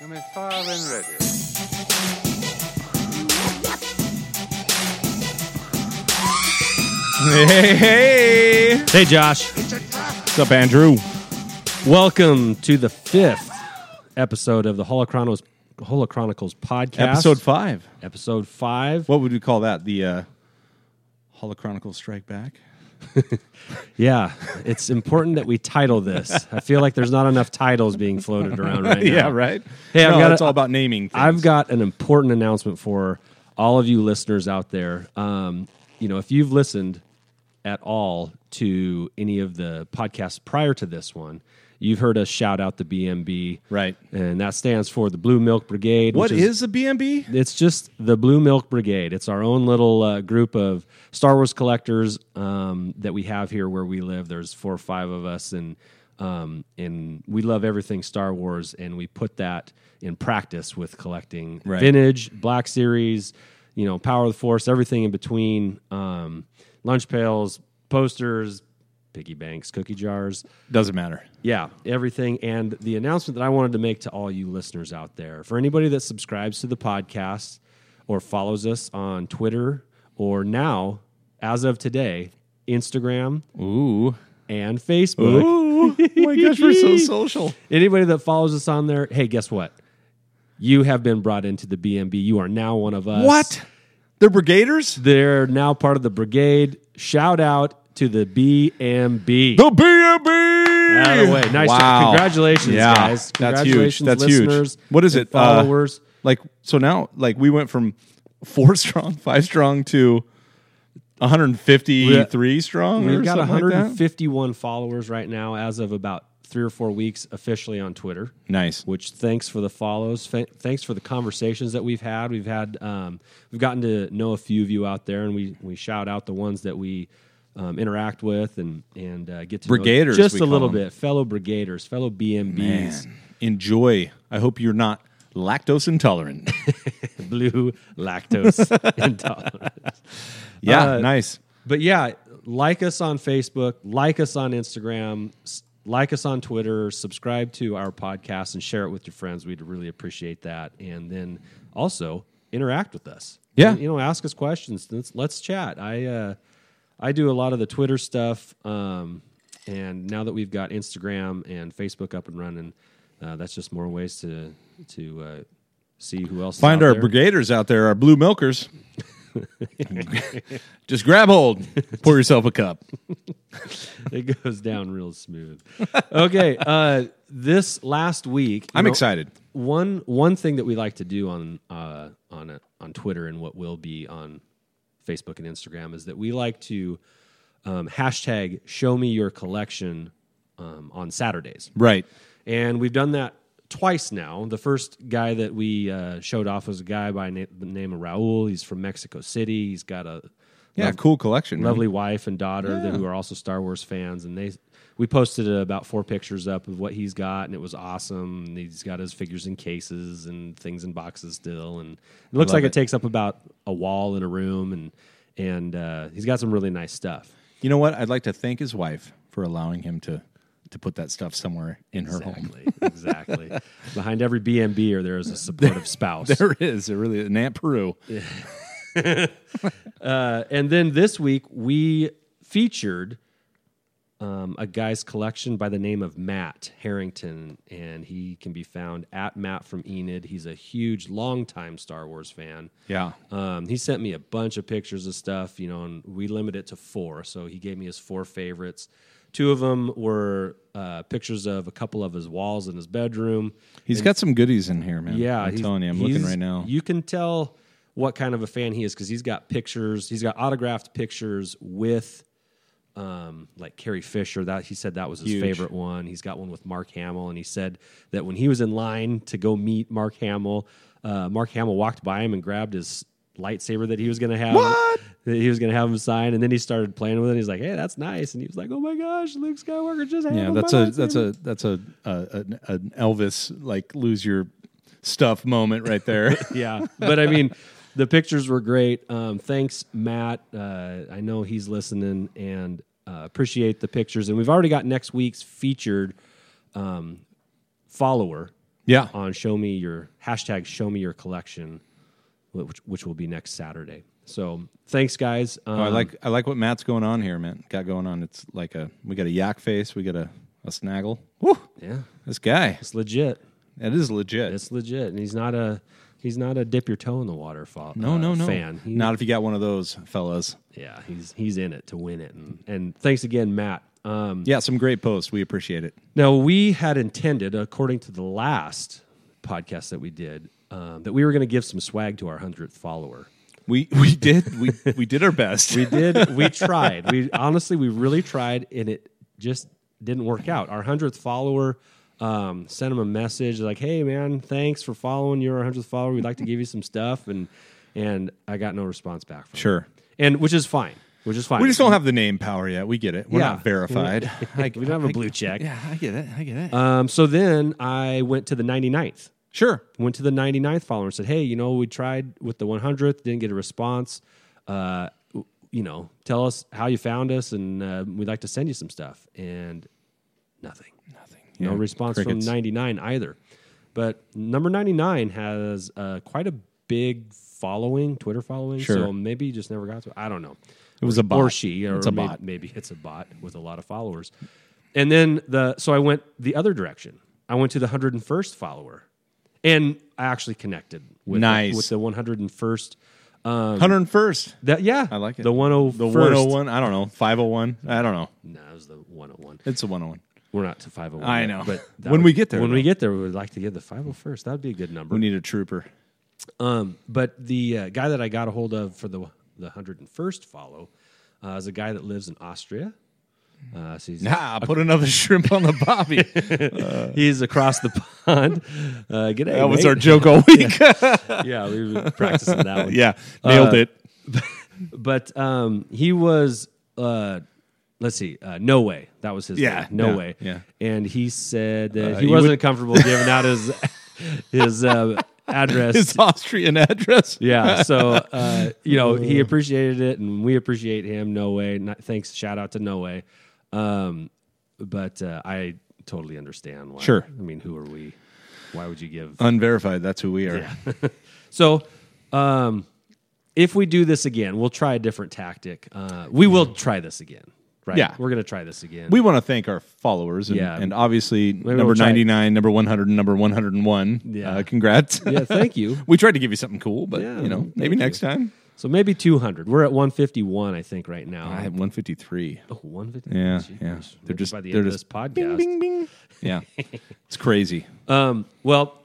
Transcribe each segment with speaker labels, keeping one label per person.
Speaker 1: You may fire when ready.
Speaker 2: Hey, hey.
Speaker 3: Hey, Josh.
Speaker 2: What's up, Andrew?
Speaker 3: Welcome to the fifth episode of the Holochronos, Holochronicles podcast.
Speaker 2: Episode five.
Speaker 3: Episode five.
Speaker 2: What would we call that? The uh, Holochronicle Strike Back?
Speaker 3: Yeah, it's important that we title this. I feel like there's not enough titles being floated around right now.
Speaker 2: right?
Speaker 3: Hey, I've
Speaker 2: no,
Speaker 3: got
Speaker 2: it's
Speaker 3: a-
Speaker 2: all about naming things.
Speaker 3: I've got an important announcement for all of you listeners out there. Um, you know, if you've listened at all to any of the podcasts prior to this one, you've heard us shout out the BMB.
Speaker 2: Right.
Speaker 3: And that stands for the Blue Milk Brigade.
Speaker 2: What
Speaker 3: which is
Speaker 2: is a BMB?
Speaker 3: it's just the Blue Milk Brigade. It's our own little uh, group of Star Wars collectors um, that we have here where we live. There's four or five of us, and um, and we love everything Star Wars, and we put that in practice with collecting
Speaker 2: Right.
Speaker 3: vintage, Black Series, you know, Power of the Force, everything in between, um, lunch pails, posters, piggy banks, cookie jars.
Speaker 2: Doesn't matter.
Speaker 3: Yeah, everything. And the announcement that I wanted to make to all you listeners out there for anybody that subscribes to the podcast or follows us on Twitter or now, as of today, Instagram
Speaker 2: Ooh.
Speaker 3: and Facebook.
Speaker 2: Ooh. oh my gosh, we're so social.
Speaker 3: Anybody that follows us on there, hey, guess what? You have been brought into the BMB. You are now one of us.
Speaker 2: What? They're Brigaders?
Speaker 3: They're now part of the brigade. Shout out to the BMB.
Speaker 2: The BMB!
Speaker 3: out of the way. Nice job. Congratulations, guys. Congratulations,
Speaker 2: That's huge. That's
Speaker 3: listeners.
Speaker 2: huge. What is it?
Speaker 3: and
Speaker 2: Uh,
Speaker 3: followers.
Speaker 2: like so now like we went from four strong five strong to 153 strong
Speaker 3: We've
Speaker 2: or
Speaker 3: got
Speaker 2: something like that?
Speaker 3: 151 followers right now as of about three or four weeks officially on Twitter.
Speaker 2: nice
Speaker 3: Which thanks for the follows. Fa- thanks for the conversations that we've had. We've had um, we've gotten to know a few of you out there, and we we shout out the ones that we um, interact with and and uh, get to know
Speaker 2: Brigaders,
Speaker 3: just
Speaker 2: we
Speaker 3: a
Speaker 2: call
Speaker 3: little
Speaker 2: them.
Speaker 3: bit, fellow brigaders, fellow BMBs,
Speaker 2: Man, enjoy i hope you're not lactose intolerant
Speaker 3: blue lactose intolerant.
Speaker 2: yeah
Speaker 3: Uh,
Speaker 2: nice
Speaker 3: But yeah, like us on Facebook, like us on Instagram, s- like us on Twitter, subscribe to our podcast and share it with your friends. We'd really appreciate that. And then also interact with us.
Speaker 2: Yeah.
Speaker 3: You know, ask us questions. Let's, let's chat. I, uh, I do a lot of the Twitter stuff. Um, and now that we've got Instagram and Facebook up and running, uh, that's just more ways to, to, uh, see who else is
Speaker 2: find
Speaker 3: out
Speaker 2: our
Speaker 3: there.
Speaker 2: brigaders out there our blue milkers just grab hold pour yourself a cup
Speaker 3: it goes down real smooth. Okay, uh, this last week, you
Speaker 2: i'm
Speaker 3: know,
Speaker 2: excited
Speaker 3: One one thing that we like to do on uh, on a, on Twitter and what will be on Facebook and Instagram is that we like to um, hashtag Show Me Your Collection um, on Saturdays.
Speaker 2: right
Speaker 3: And we've done that twice now. The first guy that we uh, showed off was a guy by na- the name of Raul. He's from Mexico City. He's got a
Speaker 2: yeah cool collection man.
Speaker 3: lovely wife and daughter that, who are also Star Wars fans, and they we posted uh, about four pictures up of what he's got, and it was awesome. And he's got his figures in cases and things in boxes still, and it looks
Speaker 2: Love
Speaker 3: like it.
Speaker 2: it.
Speaker 3: takes up about a wall in a room, and and uh, he's got some really nice stuff.
Speaker 2: you know what i'd like to thank his wife for allowing him to to put that stuff somewhere in her home
Speaker 3: Exactly, exactly. Behind every BMB, or there is a supportive spouse.
Speaker 2: There is. It really is. Nant Peru.
Speaker 3: and then this week we featured um, a guy's collection by the name of Matt Harrington, and he can be found at Matt from Enid. He's a huge, longtime Star Wars fan.
Speaker 2: Yeah.
Speaker 3: Um, he sent me a bunch of pictures of stuff, you know, and we limit it to four. So he gave me his four favorites. Two of them were uh, pictures of a couple of his walls in his bedroom.
Speaker 2: He's got some goodies in here, man.
Speaker 3: Yeah,
Speaker 2: I'm
Speaker 3: he's-
Speaker 2: telling you, I'm looking
Speaker 3: he's-
Speaker 2: right now.
Speaker 3: You can tell what kind of a fan he is because he's got pictures. He's got autographed pictures with, um, like Carrie Fisher. That he said that was his
Speaker 2: Huge.
Speaker 3: favorite one. He's got one with Mark Hamill, and he said that when he was in line to go meet Mark Hamill, uh, Mark Hamill walked by him and grabbed his lightsaber that he was going to have.
Speaker 2: What?
Speaker 3: That he was going to have him sign, and then he started playing with it. He's like, "Hey, that's nice," and he was like, "Oh my gosh, Luke Skywalker just
Speaker 2: yeah,
Speaker 3: handled
Speaker 2: that's
Speaker 3: my
Speaker 2: a that's
Speaker 3: lightsaber."
Speaker 2: a that's a uh, an, an Elvis like lose your stuff moment right there.
Speaker 3: yeah. But I mean, the pictures were great. Um, thanks, Matt. Uh, I know he's listening and uh, appreciate the pictures. And we've already got next week's featured um, follower.
Speaker 2: Yeah.
Speaker 3: on show me your hashtag show me your collection, which which will be next Saturday. So thanks, guys. Um,
Speaker 2: Oh, I like I like what Matt's going on here, man. Got going on. It's like a we got a yak face, we got a, a snaggle. Woo!
Speaker 3: yeah,
Speaker 2: This guy,
Speaker 3: it's legit.
Speaker 2: that is legit.
Speaker 3: It's legit, and he's not a he's not a dip your toe in the water fa-
Speaker 2: no,
Speaker 3: uh,
Speaker 2: no, no.
Speaker 3: fan. He-
Speaker 2: Not if you got one of those fellas.
Speaker 3: yeah, he's he's in it to win it. And, and thanks again, Matt. Um,
Speaker 2: Yeah, some great posts. We appreciate it.
Speaker 3: Now, we had intended, according to the last podcast that we did, um, that we were going to give some swag to our hundredth follower.
Speaker 2: We we did we we did our best.
Speaker 3: We did. we tried. We honestly, we really tried, and it just didn't work out. Our hundredth follower um, sent him a message like, "Hey, man, thanks for following. You're our hundredth follower. We'd like to give you some stuff." And and I got no response back from him.
Speaker 2: sure.
Speaker 3: and which is fine. Which is fine.
Speaker 2: We just don't have the name power yet. We get it. We're
Speaker 3: Yeah.
Speaker 2: not verified. Uh, I,
Speaker 3: we don't have a blue check.
Speaker 2: yeah, I get it. I get it.
Speaker 3: Um, so then I went to the 99th.
Speaker 2: sure.
Speaker 3: went to the 99th follower and said, "Hey, you know, we tried with the 100th, didn't get a response. Uh, w- you know, tell us how you found us, and uh, we'd like to send you some stuff." And nothing,
Speaker 2: Nothing.
Speaker 3: no
Speaker 2: Yeah,
Speaker 3: response
Speaker 2: crickets.
Speaker 3: from 99 either. But number 99 has uh, quite a big following, Twitter following.
Speaker 2: Sure.
Speaker 3: So maybe you just never got to. I don't know.
Speaker 2: It was a bot.
Speaker 3: Or she, or
Speaker 2: It's a
Speaker 3: may-
Speaker 2: bot.
Speaker 3: Maybe it's a bot with a lot of followers. And then the so I went the other direction. I went to the 101st follower, and I actually connected with
Speaker 2: Nice.
Speaker 3: the, with the 101st. Um,
Speaker 2: 101st.
Speaker 3: that yeah,
Speaker 2: I like it.
Speaker 3: The 101st.
Speaker 2: The 101. I don't know. 501. I don't know.
Speaker 3: No, it was the 101.
Speaker 2: It's a 101.
Speaker 3: We're not to 501.
Speaker 2: I
Speaker 3: yet,
Speaker 2: know.
Speaker 3: but that
Speaker 2: When
Speaker 3: would-
Speaker 2: we get there,
Speaker 3: when we
Speaker 2: though.
Speaker 3: get there, we would like to get the 501st. That would be a good number.
Speaker 2: We need a trooper.
Speaker 3: Um, but the uh, guy that I got a hold of for the the hundred and first follow uh, is a guy that lives in Austria. Uh, so he's,
Speaker 2: Nah, put another shrimp on the bobby.
Speaker 3: he's across the pond. Uh, g'day,
Speaker 2: that was
Speaker 3: mate.
Speaker 2: our joke all week. yeah,
Speaker 3: yeah. We were practicing that one.
Speaker 2: nailed it.
Speaker 3: but um, he was uh, let's see, uh, no way. That was his.
Speaker 2: Yeah,
Speaker 3: name. no
Speaker 2: yeah,
Speaker 3: way.
Speaker 2: yeah. Uh,
Speaker 3: and he said that he
Speaker 2: you
Speaker 3: wasn't comfortable giving out his his uh, address.
Speaker 2: His Austrian address.
Speaker 3: Yeah. So, uh, you know, he appreciated it and we appreciate him. No way. Not, thanks. Shout out to No Way. Um, but uh, I totally understand why.
Speaker 2: Sure.
Speaker 3: I mean, who are we? Why would you give?
Speaker 2: Unverified. That's who we are.
Speaker 3: So, um, if we do this again, we'll try a different tactic. Uh, we will try this again, right?
Speaker 2: Yeah.
Speaker 3: We're going to try this again.
Speaker 2: We want to thank our followers. And,
Speaker 3: Yeah.
Speaker 2: and obviously, number
Speaker 3: we'll try-
Speaker 2: 99, number 100, and number 101.
Speaker 3: Yeah.
Speaker 2: Uh, congrats.
Speaker 3: yeah. Thank you.
Speaker 2: we tried to give you something cool, but,
Speaker 3: Yeah,
Speaker 2: you know,
Speaker 3: thank
Speaker 2: maybe
Speaker 3: you.
Speaker 2: next time.
Speaker 3: So maybe 200. We're at 151, I think, right now.
Speaker 2: I have 153.
Speaker 3: oh, 150.
Speaker 2: Yeah,
Speaker 3: Jeez.
Speaker 2: yeah. They're
Speaker 3: Maybe
Speaker 2: just-
Speaker 3: by the
Speaker 2: they're
Speaker 3: end
Speaker 2: just-
Speaker 3: of this podcast.
Speaker 2: bing. Yeah. it's crazy.
Speaker 3: Um, well,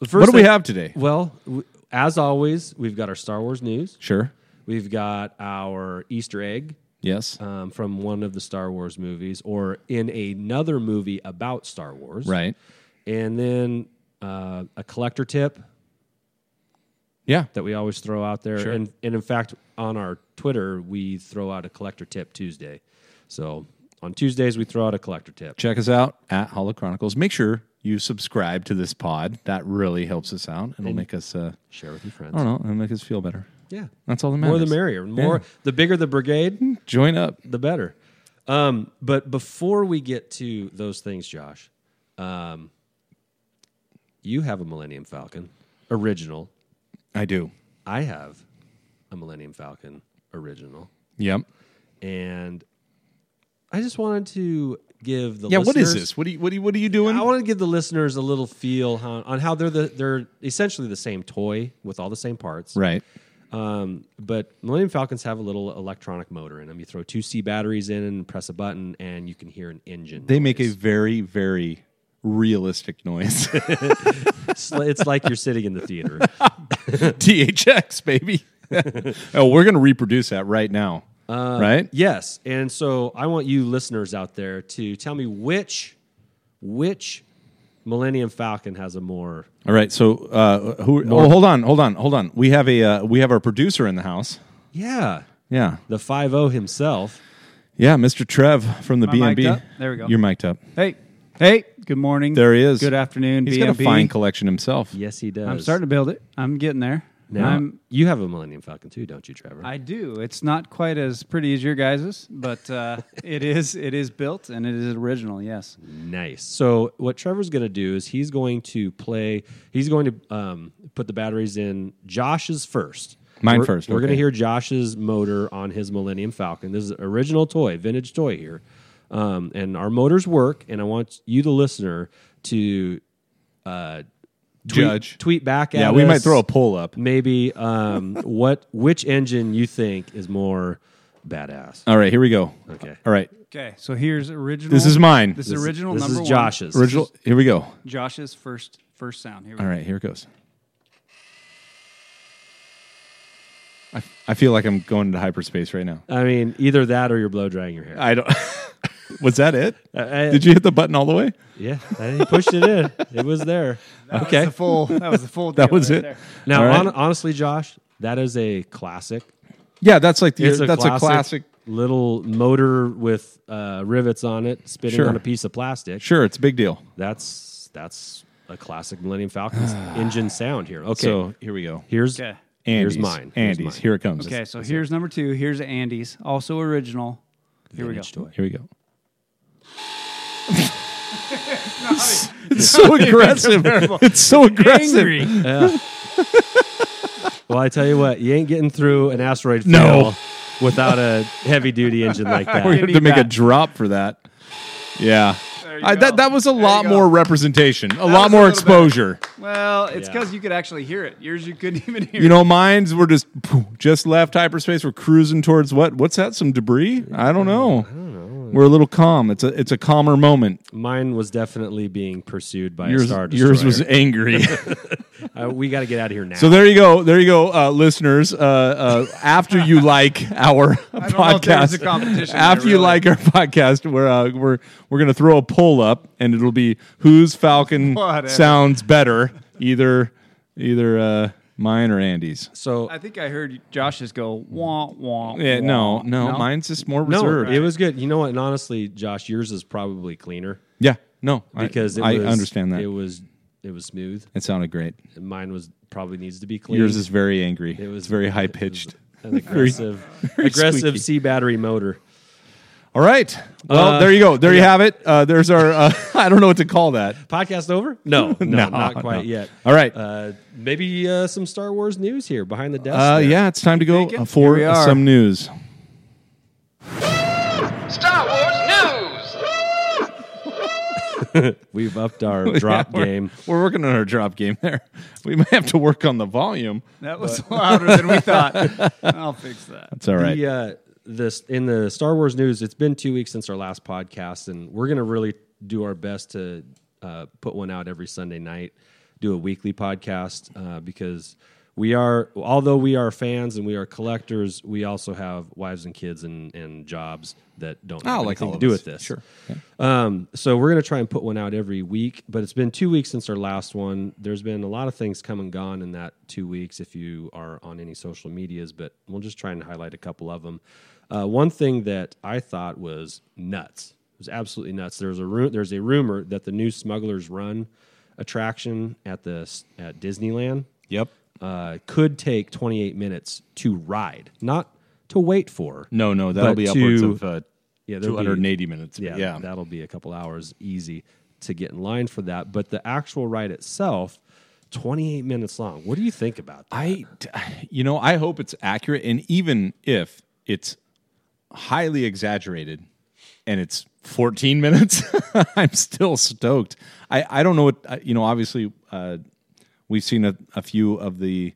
Speaker 3: the first
Speaker 2: What do we
Speaker 3: thing-
Speaker 2: have today?
Speaker 3: Well, w- as always, we've got our Star Wars news.
Speaker 2: Sure.
Speaker 3: We've got our Easter egg
Speaker 2: Yes.
Speaker 3: um, from one of the Star Wars movies or in another movie about Star Wars.
Speaker 2: right.
Speaker 3: And then uh, a collector tip
Speaker 2: Yeah.
Speaker 3: that we always throw out there.
Speaker 2: Sure.
Speaker 3: And, and in fact, on our Twitter, we throw out a collector tip Tuesday. So on Tuesdays, we throw out a collector tip.
Speaker 2: check us out at Hollow Chronicles. Make sure you subscribe to this pod. That really helps us out. It'll make us, uh,
Speaker 3: Share with your friends.
Speaker 2: I don't know, it'll make us feel better.
Speaker 3: Yeah.
Speaker 2: That's all that
Speaker 3: More
Speaker 2: matters. Hmm.
Speaker 3: the merrier. More the bigger the brigade,
Speaker 2: Join up.
Speaker 3: the better. Um, but before we get to those things, Josh, um, you have a Millennium Falcon original.
Speaker 2: I do.
Speaker 3: I have a Millennium Falcon original,
Speaker 2: Yep.
Speaker 3: and I just wanted to give the
Speaker 2: Yeah. What is
Speaker 3: listeners-
Speaker 2: this? What do you? What do you? What are you doing?
Speaker 3: I want to give the listeners a little feel how, on how they're the, they're essentially the same toy with all the same parts,
Speaker 2: right.
Speaker 3: Um, but Millennium Falcons have a little electronic motor in them. You throw two C batteries in and press a button, and you can hear an engine.
Speaker 2: They make a
Speaker 3: noise.
Speaker 2: very, very realistic noise.
Speaker 3: It's, li- it's like you're sitting in the theater.
Speaker 2: THX baby. oh, we're gonna reproduce that right now.
Speaker 3: Uh,
Speaker 2: right.
Speaker 3: yes, and so I want you listeners out there to tell me which which Millennium Falcon has a more
Speaker 2: All right. So, uh, who? Oh, hold on. Hold on. Hold on. We have a. Uh, we have our producer in the house.
Speaker 3: yeah
Speaker 2: Yeah.
Speaker 3: the five O himself.
Speaker 2: Yeah. Mr. Trev from the B
Speaker 1: Am I
Speaker 2: and B.
Speaker 1: mic'd up? There we go.
Speaker 2: You're mic'd up.
Speaker 1: Hey, hey, good morning.
Speaker 2: There he is.
Speaker 1: Good afternoon.
Speaker 2: He's
Speaker 1: BMB.
Speaker 2: got a fine collection himself.
Speaker 3: Yes, he does.
Speaker 1: I'm starting to build it. I'm getting there.
Speaker 3: Now
Speaker 1: I'm-
Speaker 3: you have a Millennium Falcon too, don't you, Trevor?
Speaker 1: I do. It's not quite as pretty as your guys's, but uh, it is it is built and it is original. Yes.
Speaker 3: Nice. So what Trevor's going to do is he's going to play. He's going to um, put the batteries in Josh's first.
Speaker 2: Mine
Speaker 3: we're,
Speaker 2: first,
Speaker 3: We're going to
Speaker 2: okay.
Speaker 3: hear Josh's motor on his Millennium Falcon. This is an original toy, vintage toy here, um, and our motors work. And I want you, the listener, to uh, tweet,
Speaker 2: Judge.
Speaker 3: tweet back at
Speaker 2: Yeah, we might
Speaker 3: us
Speaker 2: throw a poll up.
Speaker 3: Maybe um, what which engine you think is more badass?
Speaker 2: All right, here we go.
Speaker 3: Okay.
Speaker 2: All right.
Speaker 1: Okay. So here's original.
Speaker 2: This is mine. This
Speaker 1: This, is
Speaker 2: is-
Speaker 1: original
Speaker 3: this
Speaker 1: number
Speaker 3: is
Speaker 1: one.
Speaker 3: Josh's.
Speaker 2: Original. Here we go.
Speaker 1: Josh's first first sound. Here we
Speaker 2: All
Speaker 1: go.
Speaker 2: right, here it goes. I, I feel like I'm going into hyperspace right now.
Speaker 3: I mean, either that or you're blow drying your hair.
Speaker 2: I don't. was that it?
Speaker 3: I-
Speaker 2: Uh, Did you hit the button all the way?
Speaker 3: Yeah, I- he pushed it in. It was there.
Speaker 2: Okay,
Speaker 1: The full. That was the full.
Speaker 2: that
Speaker 1: deal
Speaker 2: was
Speaker 1: right
Speaker 2: it.
Speaker 1: there.
Speaker 3: Now,
Speaker 2: All right.
Speaker 3: hon- honestly, Josh, that is a classic.
Speaker 2: yeah, that's like the,
Speaker 3: It's a
Speaker 2: that's
Speaker 3: classic
Speaker 2: a classic.
Speaker 3: little motor with uh, rivets on it, spinning
Speaker 2: Sure.
Speaker 3: on a piece of plastic.
Speaker 2: Sure, it's a big deal.
Speaker 3: That's that's a classic Millennium Falcon's engine sound here. Okay,
Speaker 2: So here we go.
Speaker 3: here's
Speaker 1: Okay.
Speaker 2: Andy's,
Speaker 3: here's mine. Here's
Speaker 2: Andy's.
Speaker 3: mine.
Speaker 2: Here it comes.
Speaker 1: Okay. So here's number two. Here's Andy's. Also original. Here we go.
Speaker 3: Vintage toy.
Speaker 2: Here we go. it's so aggressive. It's so aggressive.
Speaker 3: Well, I tell you what, you ain't getting through an asteroid field
Speaker 2: No.
Speaker 3: without a heavy duty engine like
Speaker 2: We
Speaker 3: that.
Speaker 2: had
Speaker 1: need
Speaker 2: to make a
Speaker 1: that.
Speaker 2: drop for that. Yeah.
Speaker 1: There you
Speaker 2: I, that,
Speaker 1: go.
Speaker 2: that was a
Speaker 1: There you
Speaker 2: lot
Speaker 1: go.
Speaker 2: more representation, a lot
Speaker 1: was a
Speaker 2: more
Speaker 1: little
Speaker 2: exposure.
Speaker 1: Well, it's
Speaker 3: Yeah.
Speaker 1: because you could actually hear it. Yours, you couldn't even hear.
Speaker 2: You know, mines were just just left hyperspace. We're cruising towards what? What's that? Some debris? I don't know. I don't know. We're a little calm. It's a it's a calmer moment.
Speaker 3: Mine was definitely being pursued by a
Speaker 2: Yours,
Speaker 3: star destroyer.
Speaker 2: yours was angry.
Speaker 3: Uh, we got to get out of here now.
Speaker 2: so there you go. There you go, uh, listeners. Uh, uh, after you like our
Speaker 1: don't know if there's
Speaker 2: podcast,
Speaker 1: a competition
Speaker 2: after
Speaker 1: there,
Speaker 2: you
Speaker 1: really.
Speaker 2: like our podcast, we're uh, we're we're gonna throw a poll up, and it'll be whose Falcon
Speaker 1: Whatever.
Speaker 2: sounds better, either either uh, mine or Andy's.
Speaker 3: so
Speaker 1: I think I heard Josh's go wah wah.
Speaker 2: Yeah, no,
Speaker 1: wah.
Speaker 2: no, mine's just more
Speaker 3: No,
Speaker 2: reserved.
Speaker 3: it was good. You know what? And honestly, Josh, yours is probably cleaner
Speaker 2: yeah, no, I-
Speaker 3: because
Speaker 2: I,
Speaker 3: it was,
Speaker 2: understand that.
Speaker 3: it
Speaker 2: It,
Speaker 3: was it was smooth.
Speaker 2: sounded great.
Speaker 3: Mine was probably needs to be clean.
Speaker 2: Yours is very angry.
Speaker 3: It
Speaker 2: It
Speaker 3: was-
Speaker 2: was very high pitched.
Speaker 3: an aggressive, aggressive
Speaker 2: squeaky.
Speaker 3: C battery motor.
Speaker 2: All right. Well,
Speaker 3: Uh,
Speaker 2: there you go. There you have it. Uh, there's our. Uh, I don't know what to call that.
Speaker 3: Podcast over? No, no,
Speaker 2: No,
Speaker 3: not quite
Speaker 2: no.
Speaker 3: yet.
Speaker 2: All right.
Speaker 3: Uh, maybe uh, some Star Wars news here behind the desk.
Speaker 2: Uh,
Speaker 3: there.
Speaker 2: yeah, it's time to go
Speaker 1: Thinking?
Speaker 2: uh, for
Speaker 1: Here we are.
Speaker 2: some news.
Speaker 4: Star Wars news!
Speaker 3: we've upped our drop
Speaker 2: Yeah, we're-
Speaker 3: game.
Speaker 2: We're working on our drop game there. We might have to work on the volume.
Speaker 1: That was louder than we thought. I'll fix that.
Speaker 2: That's all right.
Speaker 3: The, uh, this in the Star Wars news. It's been two weeks since our last podcast, and we're gonna really do our best to uh, put one out every Sunday night. Do a weekly podcast uh, because we are, although we are fans and we are collectors, we also have wives and kids and, and jobs that don't have
Speaker 2: Oh, like
Speaker 3: anything
Speaker 2: all
Speaker 3: to
Speaker 2: of
Speaker 3: do
Speaker 2: us.
Speaker 3: with this.
Speaker 2: Sure.
Speaker 3: Um, so we're gonna try and put one out every week, but it's been two weeks since our last one. There's been a lot of things come and gone in that two weeks. If you are on any social medias, but we'll just try and highlight a couple of them. Uh, one thing that I thought was nuts. It was absolutely nuts. There's a ru- there's a rumor that the new Smuggler's Run attraction at the s- at Disneyland
Speaker 2: Yep.
Speaker 3: uh, could take 28 minutes to ride, not to wait for.
Speaker 2: No, no, that'll
Speaker 3: but
Speaker 2: be upwards
Speaker 3: to-
Speaker 2: of uh,
Speaker 3: yeah, there'll be-
Speaker 2: 280 minutes. but
Speaker 3: yeah,
Speaker 2: yeah.
Speaker 3: that'll be a couple hours easy to get in line for that. But the actual ride itself, 28 minutes long. What do you think about that?
Speaker 2: I, t- you know, I hope it's accurate, and even if it's highly exaggerated, and it's 14 minutes, I'm still stoked. I, I don't know what I- you know. Obviously, uh, we've seen a, a few of the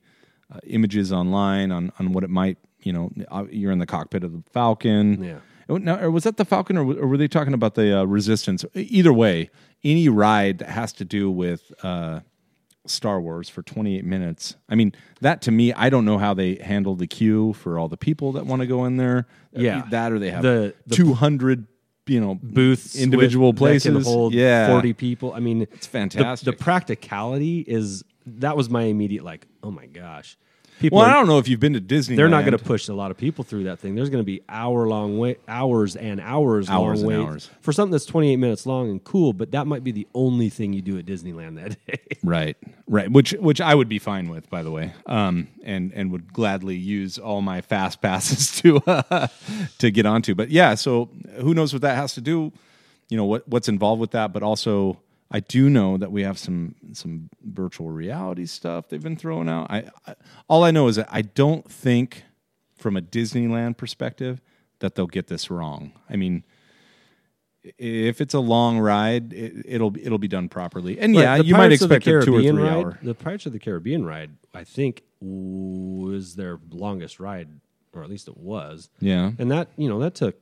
Speaker 2: uh, images online on on what it might. You know, uh, you're in the cockpit of the Falcon.
Speaker 3: Yeah.
Speaker 2: Oh, Now, or was that the Falcon, or, w- or were they talking about the uh, Resistance? Either way, any ride that has to do with uh, Star Wars for 28 minutes. I mean, that to me, I don't know how they handle the queue for all the people that want to go in there. Uh,
Speaker 3: Yeah.
Speaker 2: that or they have
Speaker 3: The- the-
Speaker 2: 200, you know,
Speaker 3: Booths, with-
Speaker 2: individual
Speaker 3: that
Speaker 2: places.
Speaker 3: can hold
Speaker 2: yeah,
Speaker 3: 40 people. I mean, it's
Speaker 2: fantastic.
Speaker 3: The, practicality is that was my immediate like, oh my gosh. People
Speaker 2: Well,
Speaker 3: are-
Speaker 2: I don't know if you've been to Disney.
Speaker 3: they're not going to push a lot of people through that thing. There's going to be hour long wait, hours and hours,
Speaker 2: Hours
Speaker 3: long
Speaker 2: and
Speaker 3: waits
Speaker 2: hours.
Speaker 3: for something that's 28 minutes long and cool. But that might be the only thing you do at Disneyland that day.
Speaker 2: Right, right. Which which I would be fine with, by the way. Um, and and would gladly use all my fast passes to uh, to get onto. But yeah, so who knows what that has to do? You know what what's involved with that, but also I do know that we have some some virtual reality stuff they've been throwing out. I, I all I know is that I don't think from a Disneyland perspective that they'll get this wrong. I mean. If it's a long ride, it, it'll it'll be done properly. And yeah,
Speaker 3: But the
Speaker 2: you might
Speaker 3: Pirates of the
Speaker 2: expect a two or three
Speaker 3: Caribbean ride,
Speaker 2: hour.
Speaker 3: The Pirates of the Caribbean ride, I think, was their longest ride, or at least it was.
Speaker 2: Yeah,
Speaker 3: And that you know that took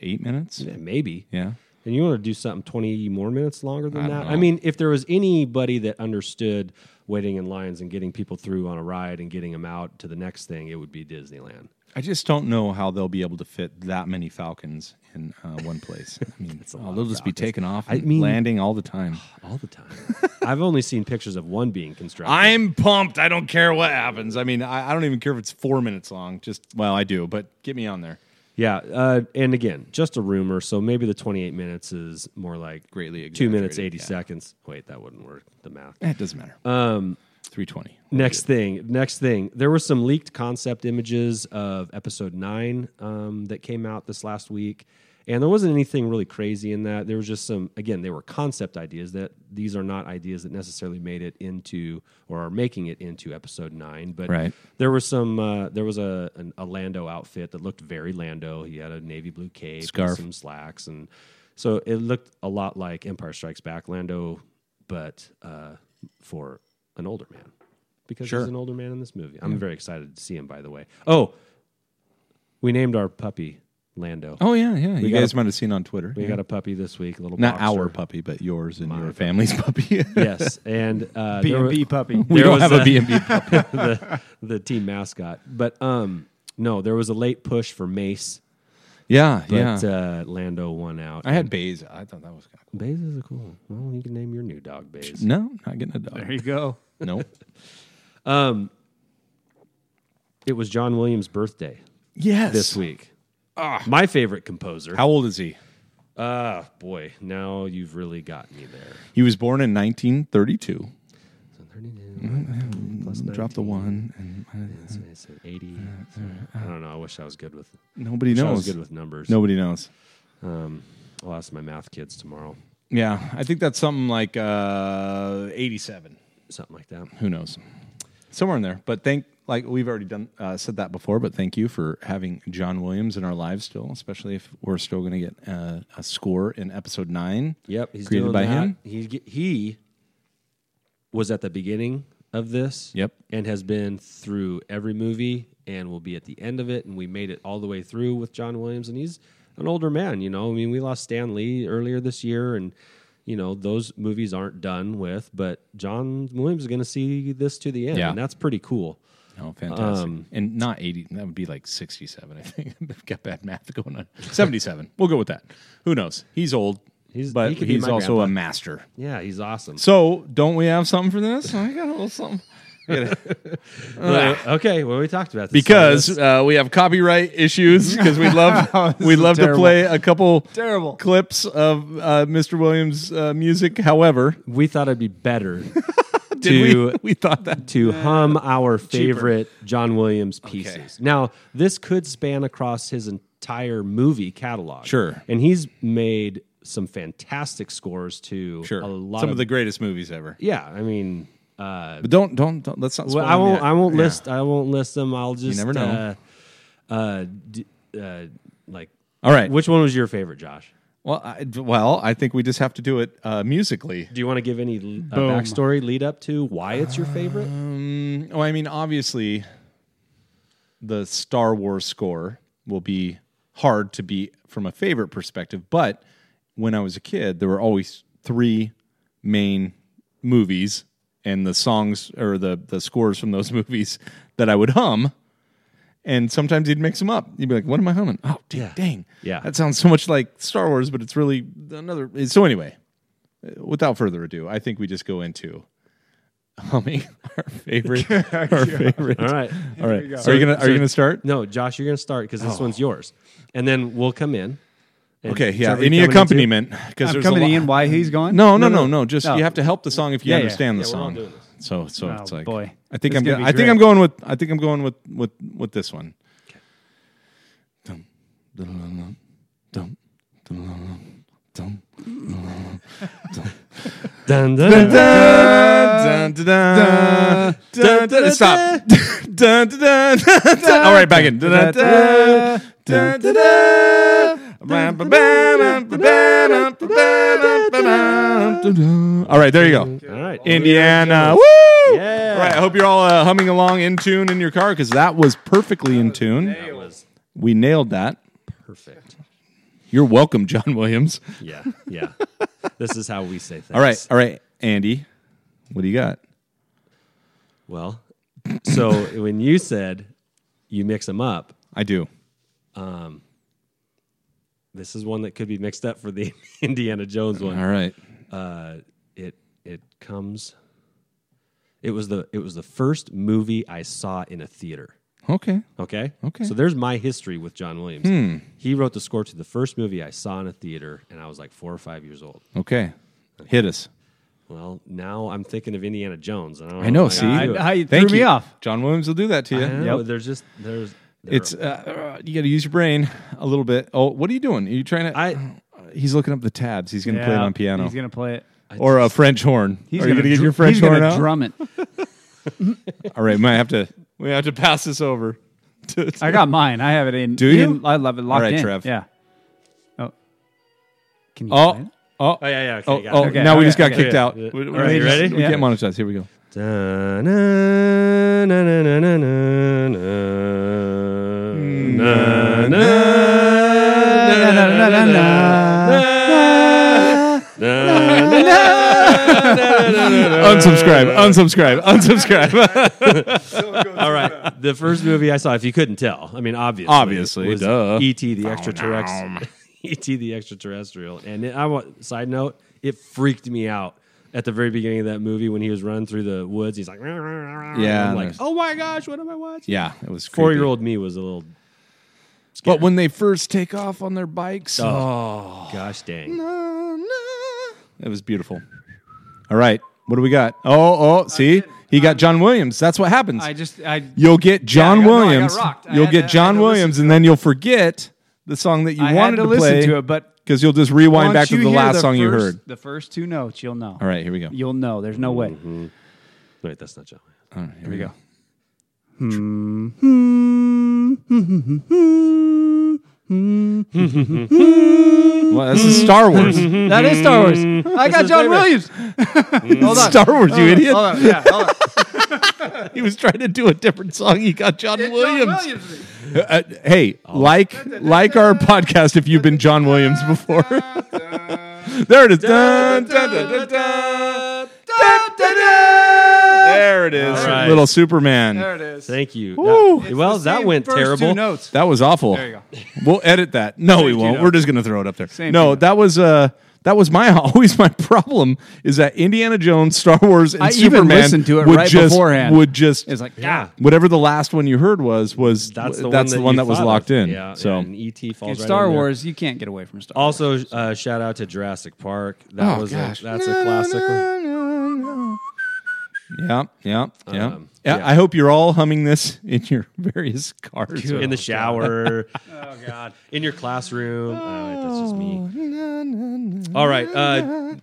Speaker 2: eight minutes.
Speaker 3: eh, maybe
Speaker 2: Yeah,
Speaker 3: and you want to do something 20 more minutes longer than
Speaker 2: I
Speaker 3: that
Speaker 2: don't
Speaker 3: i
Speaker 2: know.
Speaker 3: mean if there was anybody that understood waiting in lines and getting people through on a ride and getting them out to the next thing it would be disneyland
Speaker 2: I just don't know how they'll be able to fit that many falcons in uh, one place. I mean, oh, they'll just be taking off and
Speaker 3: mean-
Speaker 2: landing all the time.
Speaker 3: all the time i've only seen pictures of one being constructed
Speaker 2: I'm pumped. I don't care what happens. I mean, I, I don't even care if it's four minutes long. Just well, I do, but get me on there.
Speaker 3: yeah uh, and again just a rumor so maybe the 28 minutes is more like
Speaker 2: Greatly
Speaker 3: two minutes
Speaker 2: exaggerated,
Speaker 3: 80
Speaker 2: yeah.
Speaker 3: seconds wait that wouldn't work the math
Speaker 2: Eh, It doesn't matter. Um, three twenty.
Speaker 3: Next thing, next thing. There were some leaked concept images of episode nine um, that came out this last week, and there wasn't anything really crazy in that. There was just some, again, they were concept ideas that these are not ideas that necessarily made it into or are making it into episode nine. But
Speaker 2: Right.
Speaker 3: there was some, uh, there was a, an, a Lando outfit that looked very Lando. He had a navy blue cape, and
Speaker 2: Scarf.
Speaker 3: some slacks, and so it looked a lot like Empire Strikes Back Lando, but uh, for an older man because
Speaker 2: Sure.
Speaker 3: he's an older man in this movie. I'm very excited to see him, by the way. Oh, we named our puppy Lando.
Speaker 2: Oh yeah, yeah. you
Speaker 3: got
Speaker 2: guys
Speaker 3: a-
Speaker 2: might have seen on Twitter.
Speaker 3: We
Speaker 2: Yeah.
Speaker 3: got a puppy this week, a little
Speaker 2: not
Speaker 3: boxer.
Speaker 2: our puppy, but yours and your family's puppy.
Speaker 3: yes, and uh,
Speaker 1: B
Speaker 3: there
Speaker 1: and
Speaker 3: were-
Speaker 1: B puppy.
Speaker 2: we
Speaker 3: There
Speaker 2: don't
Speaker 3: was
Speaker 2: have
Speaker 3: a-
Speaker 2: a B and B puppy.
Speaker 3: the, the team mascot. But um, no, there was a late push for Mace,
Speaker 2: Yeah,
Speaker 3: but
Speaker 2: yeah.
Speaker 3: uh, Lando won out.
Speaker 2: I had Bays. I thought that was kind of
Speaker 3: Baze is a cool. one. Well, you can name your new dog Baze.
Speaker 2: no, not getting a dog.
Speaker 1: There you go.
Speaker 2: Nope.
Speaker 3: It was John Williams' birthday
Speaker 2: yes. Ah.
Speaker 3: this week. My favorite composer.
Speaker 2: How old is he?
Speaker 3: Ah, boy, now you've really got me there.
Speaker 2: He was born in 1932.
Speaker 3: So 32 plus
Speaker 2: Drop the
Speaker 3: 19.
Speaker 2: one. And
Speaker 3: So I said 80. So I don't know. I wish I was good with.
Speaker 2: nobody
Speaker 3: wish I
Speaker 2: knows.
Speaker 3: was good with numbers.
Speaker 2: Nobody knows.
Speaker 3: I'll ask my math kids tomorrow.
Speaker 2: Yeah, I think that's something like uh, 87.
Speaker 3: Something like that.
Speaker 2: Who knows? Somewhere in there. But thank, like we've already done uh, said that before. But thank you for having John Williams in our lives still, especially if we're still going to get uh, a score in episode nine.
Speaker 3: Yep, he's
Speaker 2: created
Speaker 3: doing
Speaker 2: by
Speaker 3: that.
Speaker 2: him.
Speaker 3: He ge- he was at the beginning of this.
Speaker 2: Yep.
Speaker 3: and has been through every movie, and will be at the end of it. And we made it all the way through with John Williams, and he's an older man. You know, I mean, we lost Stan Lee earlier this year, and you know those movies aren't done with. But John Williams is going to see this to the end,
Speaker 2: Yeah.
Speaker 3: and that's pretty cool.
Speaker 2: Oh, fantastic! and not eighty. That would be like sixty-seven. I think I've got bad math going on. Seventy-seven. we'll go with that. Who knows? He's old.
Speaker 3: He's-
Speaker 2: but
Speaker 3: he could be
Speaker 2: he's
Speaker 3: my
Speaker 2: also
Speaker 3: grandpa.
Speaker 2: a master.
Speaker 3: Yeah, he's awesome.
Speaker 2: So don't we have something for this? I got a little something.
Speaker 3: Uh, okay, well, we talked about this
Speaker 2: because uh, we have copyright issues because we love we
Speaker 1: is
Speaker 2: love to
Speaker 1: terrible.
Speaker 2: play a couple
Speaker 1: Terrible.
Speaker 2: clips of uh, Mr. Williams' uh, music. However,
Speaker 3: we thought it'd be better
Speaker 2: did
Speaker 3: to
Speaker 2: we we thought that
Speaker 3: to hum our favorite John Williams pieces. Now, this could span across his entire movie catalog.
Speaker 2: Sure.
Speaker 3: and he's made some fantastic scores to
Speaker 2: sure
Speaker 3: a lot
Speaker 2: some of, the greatest movies ever.
Speaker 3: yeah. I mean, uh,
Speaker 2: But don't don't, don't let's not.
Speaker 3: well,
Speaker 2: spoil
Speaker 3: I won't.
Speaker 2: yet.
Speaker 3: I won't
Speaker 2: Yeah.
Speaker 3: list. I won't list them. I'll just
Speaker 2: never know.
Speaker 3: Uh, uh, d- uh, like,
Speaker 2: All right.
Speaker 3: which one was your favorite, Josh?
Speaker 2: Well, I, well, I think we just have to do it uh, musically.
Speaker 3: Do you want to give any uh, backstory lead up to why it's your favorite?
Speaker 2: Oh, I mean, obviously, the Star Wars score will be hard to beat from a favorite perspective. But when I was a kid, there were always three main movies and the songs or the, the scores from those movies that I would hum. And sometimes you'd mix them up. You'd be like, what am I humming? Oh, dang. dang.
Speaker 3: Yeah.
Speaker 2: That sounds so much like Star Wars, but it's really eh, another. So, anyway, without further ado, I think we just go into humming our favorite, our favorite.
Speaker 3: All right.
Speaker 2: All right. are you gonna Are you gonna start?
Speaker 3: No, Josh, you're gonna start because
Speaker 2: Oh.
Speaker 3: this one's yours, and then we'll come in. and-
Speaker 2: Okay.
Speaker 3: Is that
Speaker 2: Yeah.
Speaker 3: what you're
Speaker 2: Any
Speaker 3: coming into?
Speaker 2: accompaniment? Because
Speaker 1: I'm
Speaker 2: there's a
Speaker 1: coming
Speaker 2: lot.
Speaker 1: in why he's going.
Speaker 2: No, no, no, no. Just
Speaker 1: No.
Speaker 2: you have to help the song if you
Speaker 1: Yeah, yeah.
Speaker 2: understand the
Speaker 3: Yeah, we're all
Speaker 2: song.
Speaker 3: doing this.
Speaker 2: So, so
Speaker 1: Oh,
Speaker 2: it's like
Speaker 1: boy.
Speaker 2: I think
Speaker 1: This
Speaker 2: I'm
Speaker 1: is gonna
Speaker 2: gonna,
Speaker 1: be
Speaker 2: I think
Speaker 1: great.
Speaker 2: I'm going with I think I'm going with with with this one. Dum, dum, dum, dum, dum,
Speaker 3: Dun, dun, dun, dun.
Speaker 2: dun, dun, dun, dun, dun, Stop. Dun, dun, dun, dun, dun. All right, back in. Dun, dun, dun, dun, dun, dun. Ba, ba, ba, ba, ba, ba, ba, ba, ba, ba, ba. All right, there you go.
Speaker 3: All right.
Speaker 2: Indiana. Woo!
Speaker 3: Yeah.
Speaker 2: All right. I hope you're all uh, humming along in tune in your car because that was perfectly in tune.
Speaker 3: That was
Speaker 2: We nailed that.
Speaker 3: perfect.
Speaker 2: You're welcome, John Williams.
Speaker 3: Yeah. Yeah. this is how we say things.
Speaker 2: All right. All right, Andy. What do you got?
Speaker 3: Well, so when you said you mix them up,
Speaker 2: I do.
Speaker 3: this is one that could be mixed up for the Indiana Jones one.
Speaker 2: All right.
Speaker 3: It it comes. It was the it was the first movie I saw in a theater.
Speaker 2: Okay.
Speaker 3: Okay.
Speaker 2: Okay.
Speaker 3: So there's my history with John Williams. He wrote the score to the first movie I saw in a theater, and I was like four or five years old.
Speaker 2: Okay. Hit us.
Speaker 3: Well, now I'm thinking of Indiana Jones. And I, don't
Speaker 2: I know.
Speaker 3: if
Speaker 2: see,
Speaker 3: can do it.
Speaker 1: I- you
Speaker 2: Thank
Speaker 1: threw me
Speaker 2: you.
Speaker 1: off.
Speaker 2: John Williams will do that to you.
Speaker 3: I don't know,
Speaker 1: Yep.
Speaker 3: There's just there's there
Speaker 2: It's uh, uh, you got to use your brain a little bit. Oh, what are you doing? Are you trying to?
Speaker 3: I-
Speaker 2: he's looking up the tabs. He's gonna play it
Speaker 1: Yeah,
Speaker 2: on piano
Speaker 1: He's gonna play it.
Speaker 2: or a French horn.
Speaker 1: He's
Speaker 2: are you gonna get
Speaker 1: dr-
Speaker 2: your French
Speaker 1: he's
Speaker 2: horn
Speaker 1: gonna
Speaker 2: out?
Speaker 1: drum it.
Speaker 2: All right, might have to. We have to pass this over. to-
Speaker 1: I got mine. I have it in.
Speaker 2: Do you?
Speaker 1: in- I love it. Locked
Speaker 2: right,
Speaker 1: in.
Speaker 2: Trev.
Speaker 1: Yeah. Oh. Can you? play
Speaker 2: oh,
Speaker 1: it?
Speaker 2: oh,
Speaker 3: Oh yeah, yeah. Okay,
Speaker 2: oh,
Speaker 3: got
Speaker 2: oh!
Speaker 3: it.
Speaker 1: Okay,
Speaker 2: now we
Speaker 1: okay,
Speaker 2: just got
Speaker 1: okay.
Speaker 2: kicked out.
Speaker 3: Yeah.
Speaker 2: We, we
Speaker 3: All right, you
Speaker 2: just-
Speaker 3: ready?
Speaker 2: We
Speaker 1: Yeah.
Speaker 2: can't monetize. Here we go. Unsubscribe. Unsubscribe. Unsubscribe.
Speaker 3: All right. The first movie I saw, if you couldn't tell, I mean, obviously,
Speaker 2: Obviously,
Speaker 3: was
Speaker 2: duh.
Speaker 3: E.T. the extraterrestrial. E.T. the extraterrestrial. And it, I want side note, it freaked me out at the very beginning of that movie when he was running through the woods. He's like,
Speaker 2: Yeah,
Speaker 3: I'm like,
Speaker 2: there's-
Speaker 3: oh my gosh, what am I watching?
Speaker 2: yeah, it was creepy.
Speaker 3: Four year old me was a little.
Speaker 2: But when they first take off on their bikes,
Speaker 3: Oh, gosh dang.
Speaker 2: It was beautiful. All right. What do we got? Oh, oh, see? He got John Williams. That's what happens.
Speaker 1: I just. I.
Speaker 2: You'll get John
Speaker 1: I got- no, I got
Speaker 2: Williams.
Speaker 1: rocked. I
Speaker 2: You'll
Speaker 1: had to- I
Speaker 2: get
Speaker 1: had
Speaker 2: John
Speaker 1: to listen
Speaker 2: Williams, and then you'll forget the song that you
Speaker 1: I had
Speaker 2: wanted
Speaker 1: to,
Speaker 2: to,
Speaker 1: listen
Speaker 2: play
Speaker 1: to it, but
Speaker 2: because you'll just rewind
Speaker 1: once
Speaker 2: back to
Speaker 1: you
Speaker 2: the
Speaker 1: hear
Speaker 2: last
Speaker 1: the
Speaker 2: song you
Speaker 1: first-
Speaker 2: heard.
Speaker 1: The first two notes, you'll know.
Speaker 2: All right, here we go.
Speaker 1: You'll know. There's no way.
Speaker 3: Wait, that's not John. Williams.
Speaker 2: All right, here we go. Well, this is Star Wars.
Speaker 1: That is Star Wars.
Speaker 3: Mm-hmm.
Speaker 1: I got John Williams. Hold on.
Speaker 2: Star Wars, you idiot.
Speaker 1: Hold on. Yeah. Hold on.
Speaker 2: He was trying to do a different song. He got John
Speaker 1: It's
Speaker 2: Williams.
Speaker 1: John Williams. Oh.
Speaker 2: Uh, hey, like like our podcast if you've been John Williams before. there it is. Dun, dun, dun, dun, dun. Dun, dun, dun. There it is.
Speaker 3: All right.
Speaker 2: Little Superman.
Speaker 1: There it is.
Speaker 3: Thank you.
Speaker 2: Woo.
Speaker 3: That-
Speaker 1: It's
Speaker 3: well,
Speaker 1: the
Speaker 3: that
Speaker 1: same
Speaker 3: went
Speaker 1: first
Speaker 3: terrible.
Speaker 1: Two notes.
Speaker 2: That was awful.
Speaker 1: There you go.
Speaker 2: We'll edit that. No, we
Speaker 1: Same
Speaker 2: won't.
Speaker 1: Gino.
Speaker 2: We're just gonna throw it up there.
Speaker 1: Same
Speaker 2: no,
Speaker 1: Gino.
Speaker 2: that was uh that was my always my problem is that Indiana Jones, Star Wars, and
Speaker 1: I even
Speaker 2: Superman
Speaker 1: listened to it
Speaker 2: would
Speaker 1: right
Speaker 2: just,
Speaker 1: beforehand.
Speaker 2: Would just
Speaker 1: It's like
Speaker 3: Yeah.
Speaker 2: whatever the last one you heard was was
Speaker 3: That's the one
Speaker 2: that's
Speaker 3: that,
Speaker 2: the one
Speaker 3: you
Speaker 2: that was
Speaker 3: thought
Speaker 2: locked
Speaker 3: of.
Speaker 2: in.
Speaker 3: Yeah,
Speaker 2: so
Speaker 3: and ET falls
Speaker 1: In
Speaker 3: right
Speaker 1: Star
Speaker 3: in there.
Speaker 1: Wars, you can't get away from Star Wars.
Speaker 3: Also, uh, shout out to Jurassic Park. That
Speaker 2: Oh,
Speaker 3: was A, that's a classic. one.
Speaker 2: Yeah, yeah, yeah.
Speaker 3: Um,
Speaker 2: yeah.
Speaker 3: yeah.
Speaker 2: I hope you're all humming this in your various cars.
Speaker 3: In the shower. oh God. In your classroom. Uh, that's just me.
Speaker 2: Oh.
Speaker 3: All right. Uh,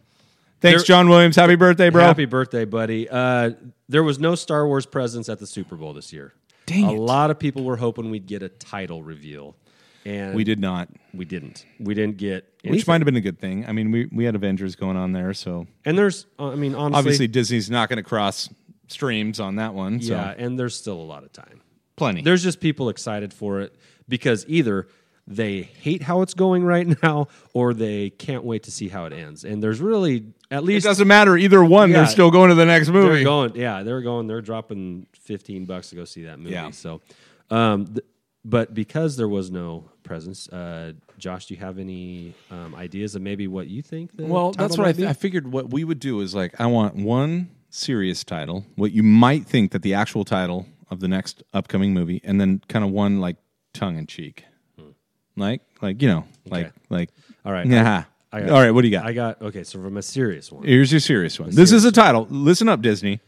Speaker 2: Thanks, John Williams. Happy birthday, bro.
Speaker 3: Happy birthday, buddy. Uh, there was no Star Wars presence at the Super Bowl this year.
Speaker 2: Dang
Speaker 3: a
Speaker 2: it.
Speaker 3: lot of people were hoping we'd get a title reveal, and
Speaker 2: We did not,
Speaker 3: We didn't. We didn't get.
Speaker 2: which
Speaker 3: anything.
Speaker 2: might have been a good thing. I mean, we we had Avengers going on there, so
Speaker 3: and there's. uh, I mean, honestly,
Speaker 2: obviously Disney's not going to cross streams on that one. So
Speaker 3: yeah. And there's still a lot of time.
Speaker 2: plenty.
Speaker 3: There's just people excited for it because either they hate how it's going right now or they can't wait to see how it ends. And there's really at
Speaker 2: it
Speaker 3: least
Speaker 2: doesn't matter either one.
Speaker 3: Yeah.
Speaker 2: They're still going to the next
Speaker 3: they're
Speaker 2: movie.
Speaker 3: going yeah, they're going they're dropping 15 bucks to go see that movie.
Speaker 2: Yeah.
Speaker 3: So um th- but because there was no presence, uh, Josh, do you have any um, ideas of maybe what you think? The
Speaker 2: Well, that's
Speaker 3: title
Speaker 2: what I,
Speaker 3: might be?
Speaker 2: I figured. What we would do is like, I want one serious title, what you might think that the actual title of the next upcoming movie, and then kind of one like tongue in cheek, like like you know like
Speaker 3: Hmm. Okay.
Speaker 2: like
Speaker 3: All right.
Speaker 2: yeah.
Speaker 3: I- I got
Speaker 2: All
Speaker 3: it.
Speaker 2: right, what do you got?
Speaker 3: I got okay. So from a serious one,
Speaker 2: Here's your serious one. this is a title. Listen up, Disney.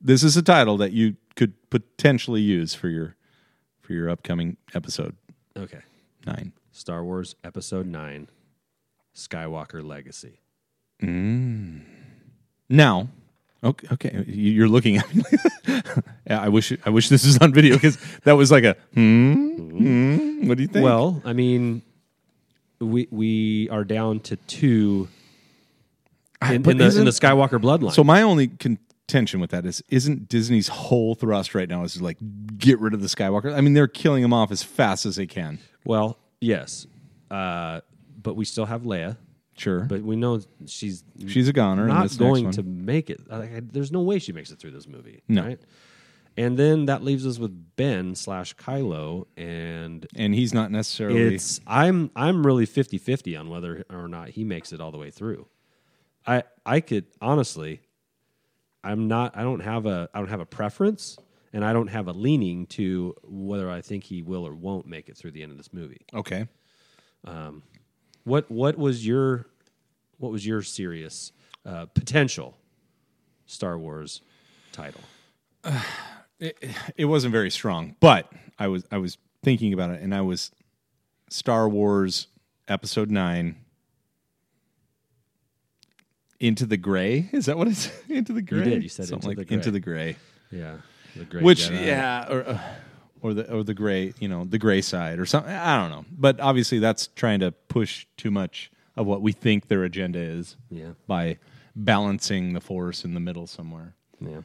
Speaker 2: This is a title that you could potentially use for your for your upcoming episode
Speaker 3: okay.
Speaker 2: nine.
Speaker 3: Star Wars Episode Nine, Skywalker Legacy.
Speaker 2: Now, okay, okay you- you're looking at me. I wish I wish this was on video because that was like a hmm, hmm. What do you think?
Speaker 3: Well, I mean, we we are down to two
Speaker 2: I-
Speaker 3: in,
Speaker 2: but
Speaker 3: in, the, in
Speaker 2: isn't-
Speaker 3: the Skywalker bloodline.
Speaker 2: so my only contention with that is isn't Disney's whole thrust right now is like get rid of the Skywalker. I mean, they're killing him off as fast as they can.
Speaker 3: well, yes, uh, but we still have Leia.
Speaker 2: Sure,
Speaker 3: But we know she's
Speaker 2: she's a goner. and
Speaker 3: not
Speaker 2: this next
Speaker 3: going
Speaker 2: one-
Speaker 3: to make it. Like, I- there's no way she makes it through this movie.
Speaker 2: No.
Speaker 3: Right? And then that leaves us with Ben slash Kylo, and
Speaker 2: and he's not necessarily.
Speaker 3: it's I'm I'm really 50-50 on whether or not he makes it all the way through. I I could honestly, I'm not I don't have a I don't have a preference, and I don't have a leaning to whether I think he will or won't make it through the end of this movie.
Speaker 2: Okay.
Speaker 3: What what was your what was your serious uh, potential Star Wars title?
Speaker 2: It wasn't very strong, but I was I was thinking about it and I was Star Wars episode 9 into the gray. Is that what it's into the gray?
Speaker 3: did. You said
Speaker 2: Something
Speaker 3: Into
Speaker 2: like
Speaker 3: the
Speaker 2: into
Speaker 3: Gray.
Speaker 2: the gray.
Speaker 3: Yeah, the great
Speaker 2: Which
Speaker 3: Jedi.
Speaker 2: yeah, or uh, or the or the gray, you know, the gray side or something. I don't know. But obviously that's trying to push too much of what we think their agenda is
Speaker 3: Yeah.
Speaker 2: by balancing the force in the middle somewhere.
Speaker 3: yeah.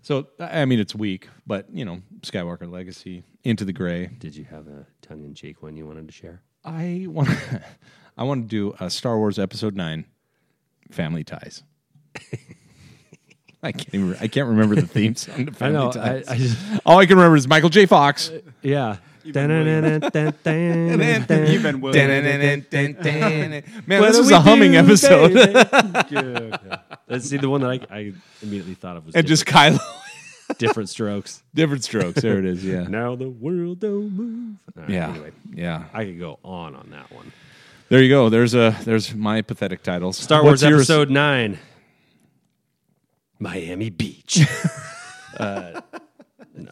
Speaker 2: So I I mean, it's weak, but you know, Skywalker Legacy, Into the Gray.
Speaker 3: Did you have a tongue in cheek one you wanted to share?
Speaker 2: I want, I want to do a Star Wars Episode Nine, Family Ties. I can't even. I can't remember the theme song. To family
Speaker 3: know, I-
Speaker 2: Ties.
Speaker 3: I just-
Speaker 2: All I can remember is Michael J. Fox.
Speaker 3: Yeah.
Speaker 1: been
Speaker 2: You've
Speaker 1: been
Speaker 2: Man, this is a humming episode,
Speaker 3: Let's see the one that I, I immediately thought of was
Speaker 2: and just Kylo.
Speaker 3: different, different strokes.
Speaker 2: Different strokes. There it is. Yeah.
Speaker 3: Now the world don't move. All right,
Speaker 2: Yeah.
Speaker 3: Anyway,
Speaker 2: Yeah.
Speaker 3: I could go on on that one.
Speaker 2: There you go. There's a. There's my pathetic titles.
Speaker 3: Star
Speaker 2: What's
Speaker 3: Wars
Speaker 2: yours?
Speaker 3: Episode Nine, Miami Beach. uh,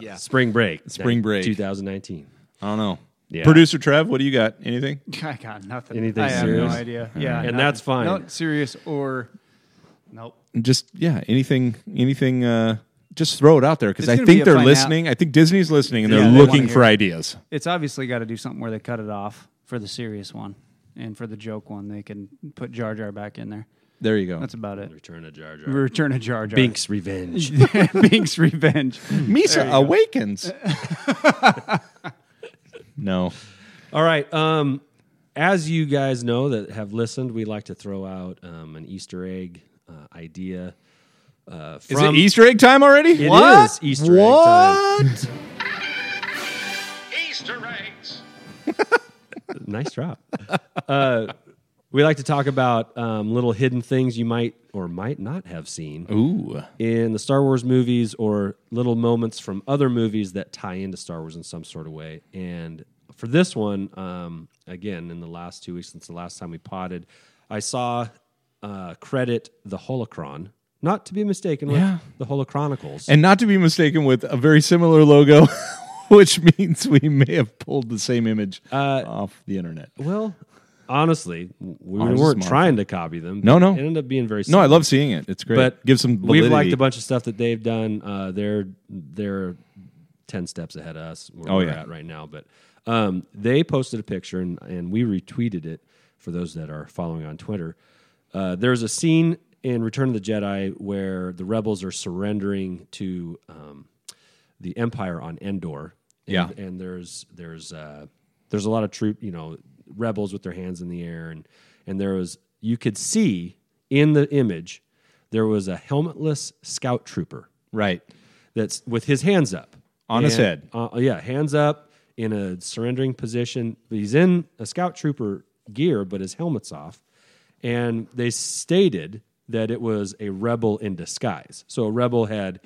Speaker 3: yeah. Spring Break.
Speaker 2: Spring Break.
Speaker 3: 2019.
Speaker 2: I don't know.
Speaker 3: Yeah.
Speaker 2: Producer Trev, what do you got? Anything?
Speaker 1: I got nothing.
Speaker 3: Anything
Speaker 1: I have
Speaker 3: serious?
Speaker 1: no idea. Yeah,
Speaker 3: And
Speaker 1: nothing.
Speaker 3: that's fine.
Speaker 1: Not serious or nope.
Speaker 2: Just yeah, anything anything uh just throw it out there because
Speaker 1: It's
Speaker 2: I
Speaker 1: gonna be
Speaker 2: think
Speaker 1: a
Speaker 2: they're
Speaker 1: fina-
Speaker 2: listening. I think Disney's listening and
Speaker 1: Yeah,
Speaker 2: they're
Speaker 1: they
Speaker 2: looking
Speaker 1: wanna
Speaker 2: for
Speaker 1: hear it.
Speaker 2: ideas.
Speaker 1: It's obviously got to do something where they cut it off for the serious one, and for the joke one, they can put Jar Jar back in there.
Speaker 2: There you go.
Speaker 1: That's about it.
Speaker 3: Return of Jar Jar.
Speaker 1: Return of Jar Jar.
Speaker 3: Binks Revenge.
Speaker 1: Binks revenge.
Speaker 2: Misa awakens. no.
Speaker 3: All right. Um, as you guys know that have listened, we like to throw out um, an Easter egg uh, idea. Uh,
Speaker 2: Is
Speaker 3: from
Speaker 2: it Easter egg time already?
Speaker 3: It
Speaker 2: What?
Speaker 3: is Easter egg time.
Speaker 2: What?
Speaker 4: Easter eggs.
Speaker 3: nice drop. Uh, we like to talk about um, little hidden things you might or might not have seen
Speaker 2: Ooh.
Speaker 3: in the Star Wars movies or little moments from other movies that tie into Star Wars in some sort of way. And for this one, um, again, in the last two weeks since the last time we potted, I saw uh, credit the Holocron, not to be mistaken with
Speaker 2: Yeah.
Speaker 3: the Holochronicles.
Speaker 2: And not to be mistaken with a very similar logo, which means we may have pulled the same image off the internet.
Speaker 3: well, honestly, we
Speaker 2: Ours is
Speaker 3: weren't
Speaker 2: smaller.
Speaker 3: trying to copy them.
Speaker 2: No,
Speaker 3: but
Speaker 2: no.
Speaker 3: It ended up being very
Speaker 2: No, I
Speaker 3: similar.
Speaker 2: love seeing it. It's great.
Speaker 3: But
Speaker 2: Give some
Speaker 3: We've liked
Speaker 2: validity.
Speaker 3: a bunch of stuff that they've done. Uh, they're they're ten steps ahead of us where
Speaker 2: Oh,
Speaker 3: we're
Speaker 2: yeah.
Speaker 3: at right now. But um, they posted a picture and and we retweeted it for those that are following on Twitter. Uh, there's a scene in Return of the Jedi where the rebels are surrendering to um, the Empire on Endor. And,
Speaker 2: Yeah.
Speaker 3: and there's there's uh, there's a lot of troop, you know, rebels with their hands in the air, and and there was you could see in the image there was a helmetless scout trooper
Speaker 2: Right.
Speaker 3: that's with his hands up
Speaker 2: On his
Speaker 3: And-
Speaker 2: head.
Speaker 3: Uh, yeah, hands up in a surrendering position. He's in a scout trooper gear, but his helmet's off. And they stated that it was a rebel in disguise. So a rebel had,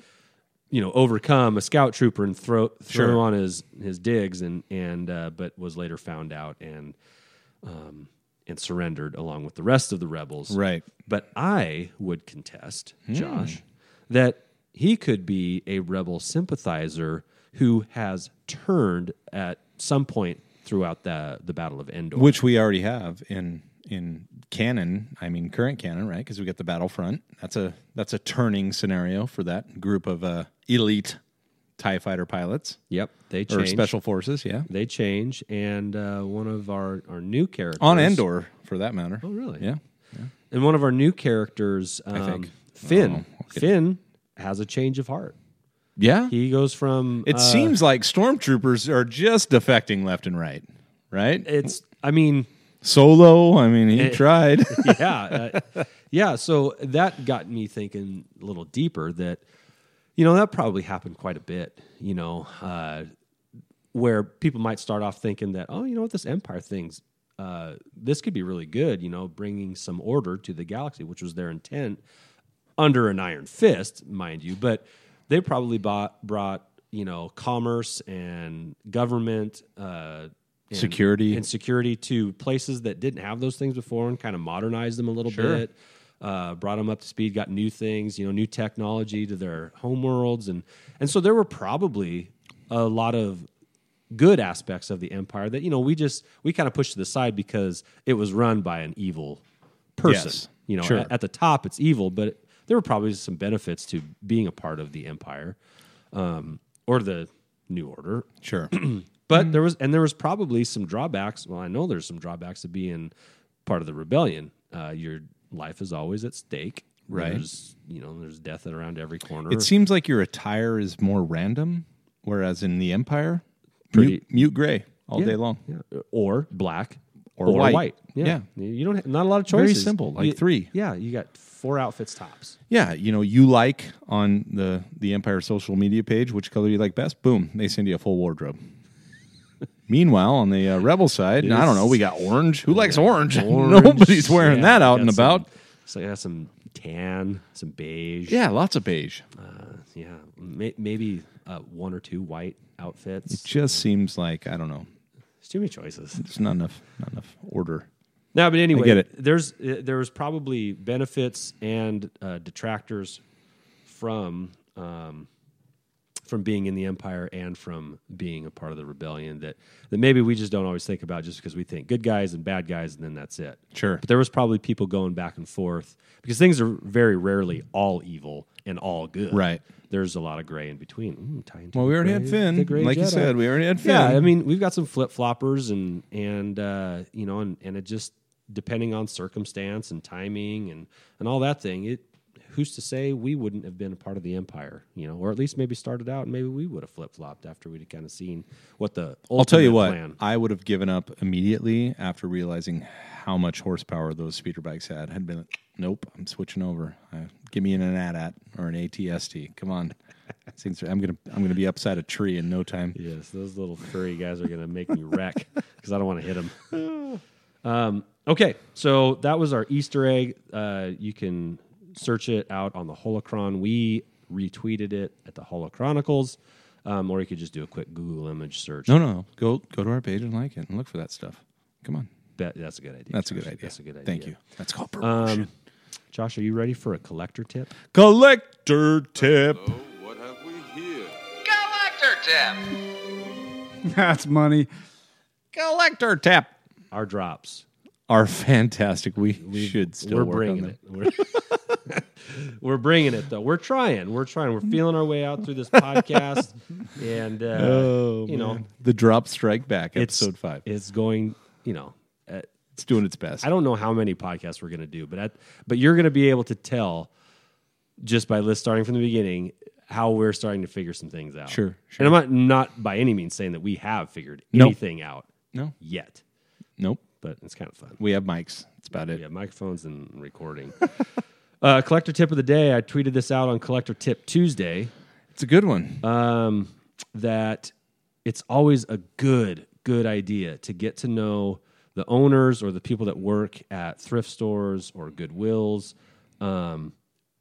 Speaker 3: you know, overcome a scout trooper and throw throw
Speaker 2: Sure.
Speaker 3: him on his his digs and and uh, but was later found out and um and surrendered along with the rest of the rebels.
Speaker 2: Right.
Speaker 3: But I would contest,
Speaker 2: Hmm.
Speaker 3: Josh, that he could be a rebel sympathizer who has turned at some point throughout the the Battle of Endor.
Speaker 2: which we already have in in canon. I mean, current canon, right? Because we got the Battlefront. That's a that's a turning scenario for that group of uh, elite Tie Fighter pilots
Speaker 3: yep, they
Speaker 2: or
Speaker 3: changed.
Speaker 2: special forces. Yeah,
Speaker 3: They change, and uh, one of our our new characters
Speaker 2: on Endor for that matter.
Speaker 3: Oh, really?
Speaker 2: Yeah.
Speaker 3: and one of our new characters, um,
Speaker 2: think.
Speaker 3: Finn.
Speaker 2: Oh, okay.
Speaker 3: Finn has a change of heart.
Speaker 2: Yeah.
Speaker 3: He goes from
Speaker 2: it
Speaker 3: uh,
Speaker 2: seems like stormtroopers are just defecting left and right, right?
Speaker 3: it's. I mean,
Speaker 2: Solo, I mean, he
Speaker 3: It-
Speaker 2: tried.
Speaker 3: yeah, uh, yeah. So that got me thinking a little deeper. That you know that probably happened quite a bit. You know, uh, where people might start off thinking that oh, you know what, this empire thing's uh, this could be really good. You know, bringing some order to the galaxy, which was their intent under an iron fist, mind you. But they probably bought, brought you know commerce and government. Uh, and-
Speaker 2: Security.
Speaker 3: and security to places that didn't have those things before and kind of modernized them a little bit. Uh, brought them up to speed, got new things, you know, new technology to their homeworlds, and and so there were probably a lot of good aspects of the empire that you know we just we kind of pushed to the side because it was run by an evil person.
Speaker 2: Yes.
Speaker 3: You know,
Speaker 2: Sure.
Speaker 3: at, at the top it's evil, but there were probably some benefits to being a part of the empire um, or the new order
Speaker 2: sure.
Speaker 3: but
Speaker 2: Mm-hmm.
Speaker 3: there was, and there was probably some drawbacks. Well, I know there's some drawbacks to being part of the rebellion. Uh, your life is always at stake.
Speaker 2: Right.
Speaker 3: There's, you know, there's death around every corner.
Speaker 2: It seems like your attire is more random, whereas in the Empire,
Speaker 3: Pretty-
Speaker 2: mute, mute gray all
Speaker 3: Yeah,
Speaker 2: day long.
Speaker 3: yeah. or black
Speaker 2: Or white.
Speaker 3: Yeah. You don't have, not a lot of
Speaker 2: Very
Speaker 3: choices.
Speaker 2: simple, like
Speaker 3: You-
Speaker 2: three.
Speaker 3: Yeah. You got four outfits tops.
Speaker 2: Yeah, you know, you like on the the Empire social media page which color you like best. Boom, they send you a full wardrobe. Meanwhile, on the uh, Rebel side, I don't know, we got orange. Who likes orange?
Speaker 3: Orange.
Speaker 2: Nobody's wearing
Speaker 3: Yeah,
Speaker 2: that
Speaker 3: you
Speaker 2: out
Speaker 3: got
Speaker 2: and
Speaker 3: some-
Speaker 2: about.
Speaker 3: So you got some tan, some beige. uh,
Speaker 2: Yeah, lots of beige.
Speaker 3: Yeah. May, maybe uh, one or two white outfits.
Speaker 2: Just seems like I don't know.
Speaker 3: There's too many choices.
Speaker 2: There's not enough, not enough order.
Speaker 3: No, but anyway,
Speaker 2: get it.
Speaker 3: there's uh, there was probably benefits and uh, detractors from um, from being in the empire and from being a part of the rebellion that that maybe we just don't always think about just because we think good guys and bad guys and then that's it.
Speaker 2: Sure.
Speaker 3: But there was probably people going back and forth because things are very rarely all evil and all good.
Speaker 2: Right.
Speaker 3: There's a lot of gray in between. Mm, tie into
Speaker 2: Well, we
Speaker 3: the
Speaker 2: already had
Speaker 3: gray-
Speaker 2: Finn,
Speaker 3: the gray
Speaker 2: like you
Speaker 3: Jedi.
Speaker 2: said, we already had Finn.
Speaker 3: Yeah, I mean, we've got some flip floppers and and uh, you know, and, and it just depending on circumstance and timing and and all that thing. It who's to say we wouldn't have been a part of the empire, you know, or at least maybe started out and maybe we would have flip flopped after we'd kind of seen what the
Speaker 2: I'll tell you
Speaker 3: ultimate
Speaker 2: what,
Speaker 3: plan.
Speaker 2: I would have given up immediately after realizing how much horsepower those speeder bikes had. Had been like, nope, I'm switching over. Uh, give me an AT-AT or an ATST. Come on, These things are- I'm gonna I'm gonna be upside a tree in no time.
Speaker 3: Yes, those little furry guys are going to make me wreck because I don't want to hit them. Um, okay, so that was our Easter egg. Uh, you can search it out on the Holocron. We retweeted it at the Holochronicles, um, or you could just do a quick Google image search.
Speaker 2: No, no, no. Go go to our page and like it and look for that stuff. Come on,
Speaker 3: Bet- that's a good idea.
Speaker 2: that's a
Speaker 3: Josh.
Speaker 2: good idea.
Speaker 3: That's a good idea. Um,
Speaker 2: Thank you. That's called promotion.
Speaker 3: Josh, are you ready for a collector tip?
Speaker 2: Collector tip.
Speaker 5: What have we here?
Speaker 4: Galactor Tip!
Speaker 1: That's money.
Speaker 2: Collector tip.
Speaker 3: Our drops.
Speaker 2: Are fantastic. We, should still
Speaker 3: we're
Speaker 2: work
Speaker 3: bringing
Speaker 2: on them.
Speaker 3: it. We're, we're bringing it though. We're trying. We're trying. We're feeling our way out through this podcast, and uh, you know,
Speaker 2: The drop strike back
Speaker 3: it's
Speaker 2: Oh, episode five.
Speaker 3: It's going. You know, uh,
Speaker 2: It's doing its best.
Speaker 3: I don't know how many podcasts we're going to do, but at, but you're going to be able to tell just by list starting from the beginning how we're starting to figure some things out.
Speaker 2: Sure,
Speaker 3: And I'm not not by any means saying that we have figured
Speaker 2: Nope.
Speaker 3: anything out
Speaker 2: No.
Speaker 3: yet,
Speaker 2: Nope.
Speaker 3: but it's kind of fun.
Speaker 2: We have mics. That's about it.
Speaker 3: Yeah, microphones and recording. uh, collector tip of the day. I tweeted this out on Collector Tip Tuesday
Speaker 2: It's a good one.
Speaker 3: um, that it's always a good, good idea to get to know the owners or the people that work at thrift stores or Goodwills Um,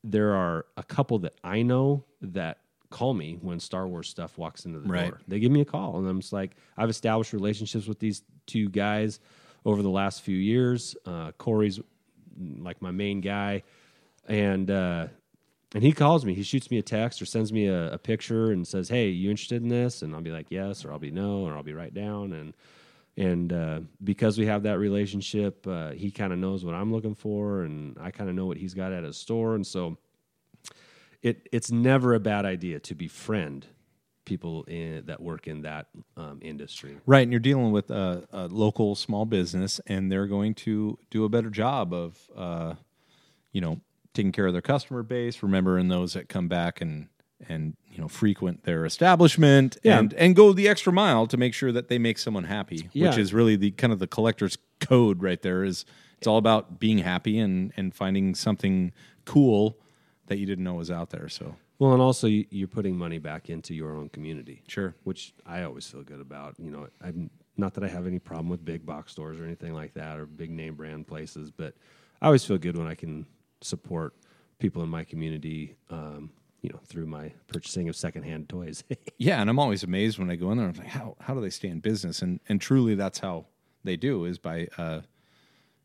Speaker 3: there are a couple that I know that call me when Star Wars stuff walks into the
Speaker 2: Right.
Speaker 3: door. They give me a call, and I'm just like, I've established relationships with these two guys over the last few years. Uh, Corey's mm, like my main guy, and uh, and he calls me. He shoots me a text or sends me a, a picture and says, "Hey, you interested in this?" And I'll be like, "Yes," or I'll be no, or I'll be right down. And and uh, because we have that relationship, uh, he kind of knows what I'm looking for, and I kind of know what he's got at his store, and so it it's never a bad idea to befriend people in, that work in that um, industry.
Speaker 2: Right, and you're dealing with a, a local small business, and they're going to do a better job of, uh, you know, taking care of their customer base, remembering those that come back and and you know frequent their establishment, and and go the extra mile to make sure that they make someone happy,
Speaker 3: Yeah.
Speaker 2: which is really the kind of the collector's code right there. Is it's all about being happy and and finding something cool that you didn't know was out there. So
Speaker 3: Well, and also you- you're putting money back into your own community.
Speaker 2: Sure.
Speaker 3: Which I always feel good about. You know, I'm not that I have any problem with big box stores or anything like that or big name brand places, but I always feel good when I can support people in my community. Um, you know, through my purchasing of secondhand toys.
Speaker 2: Yeah, and I'm always amazed when I go in there. I'm like, how how do they stay in business? And and truly, that's how they do is by, uh,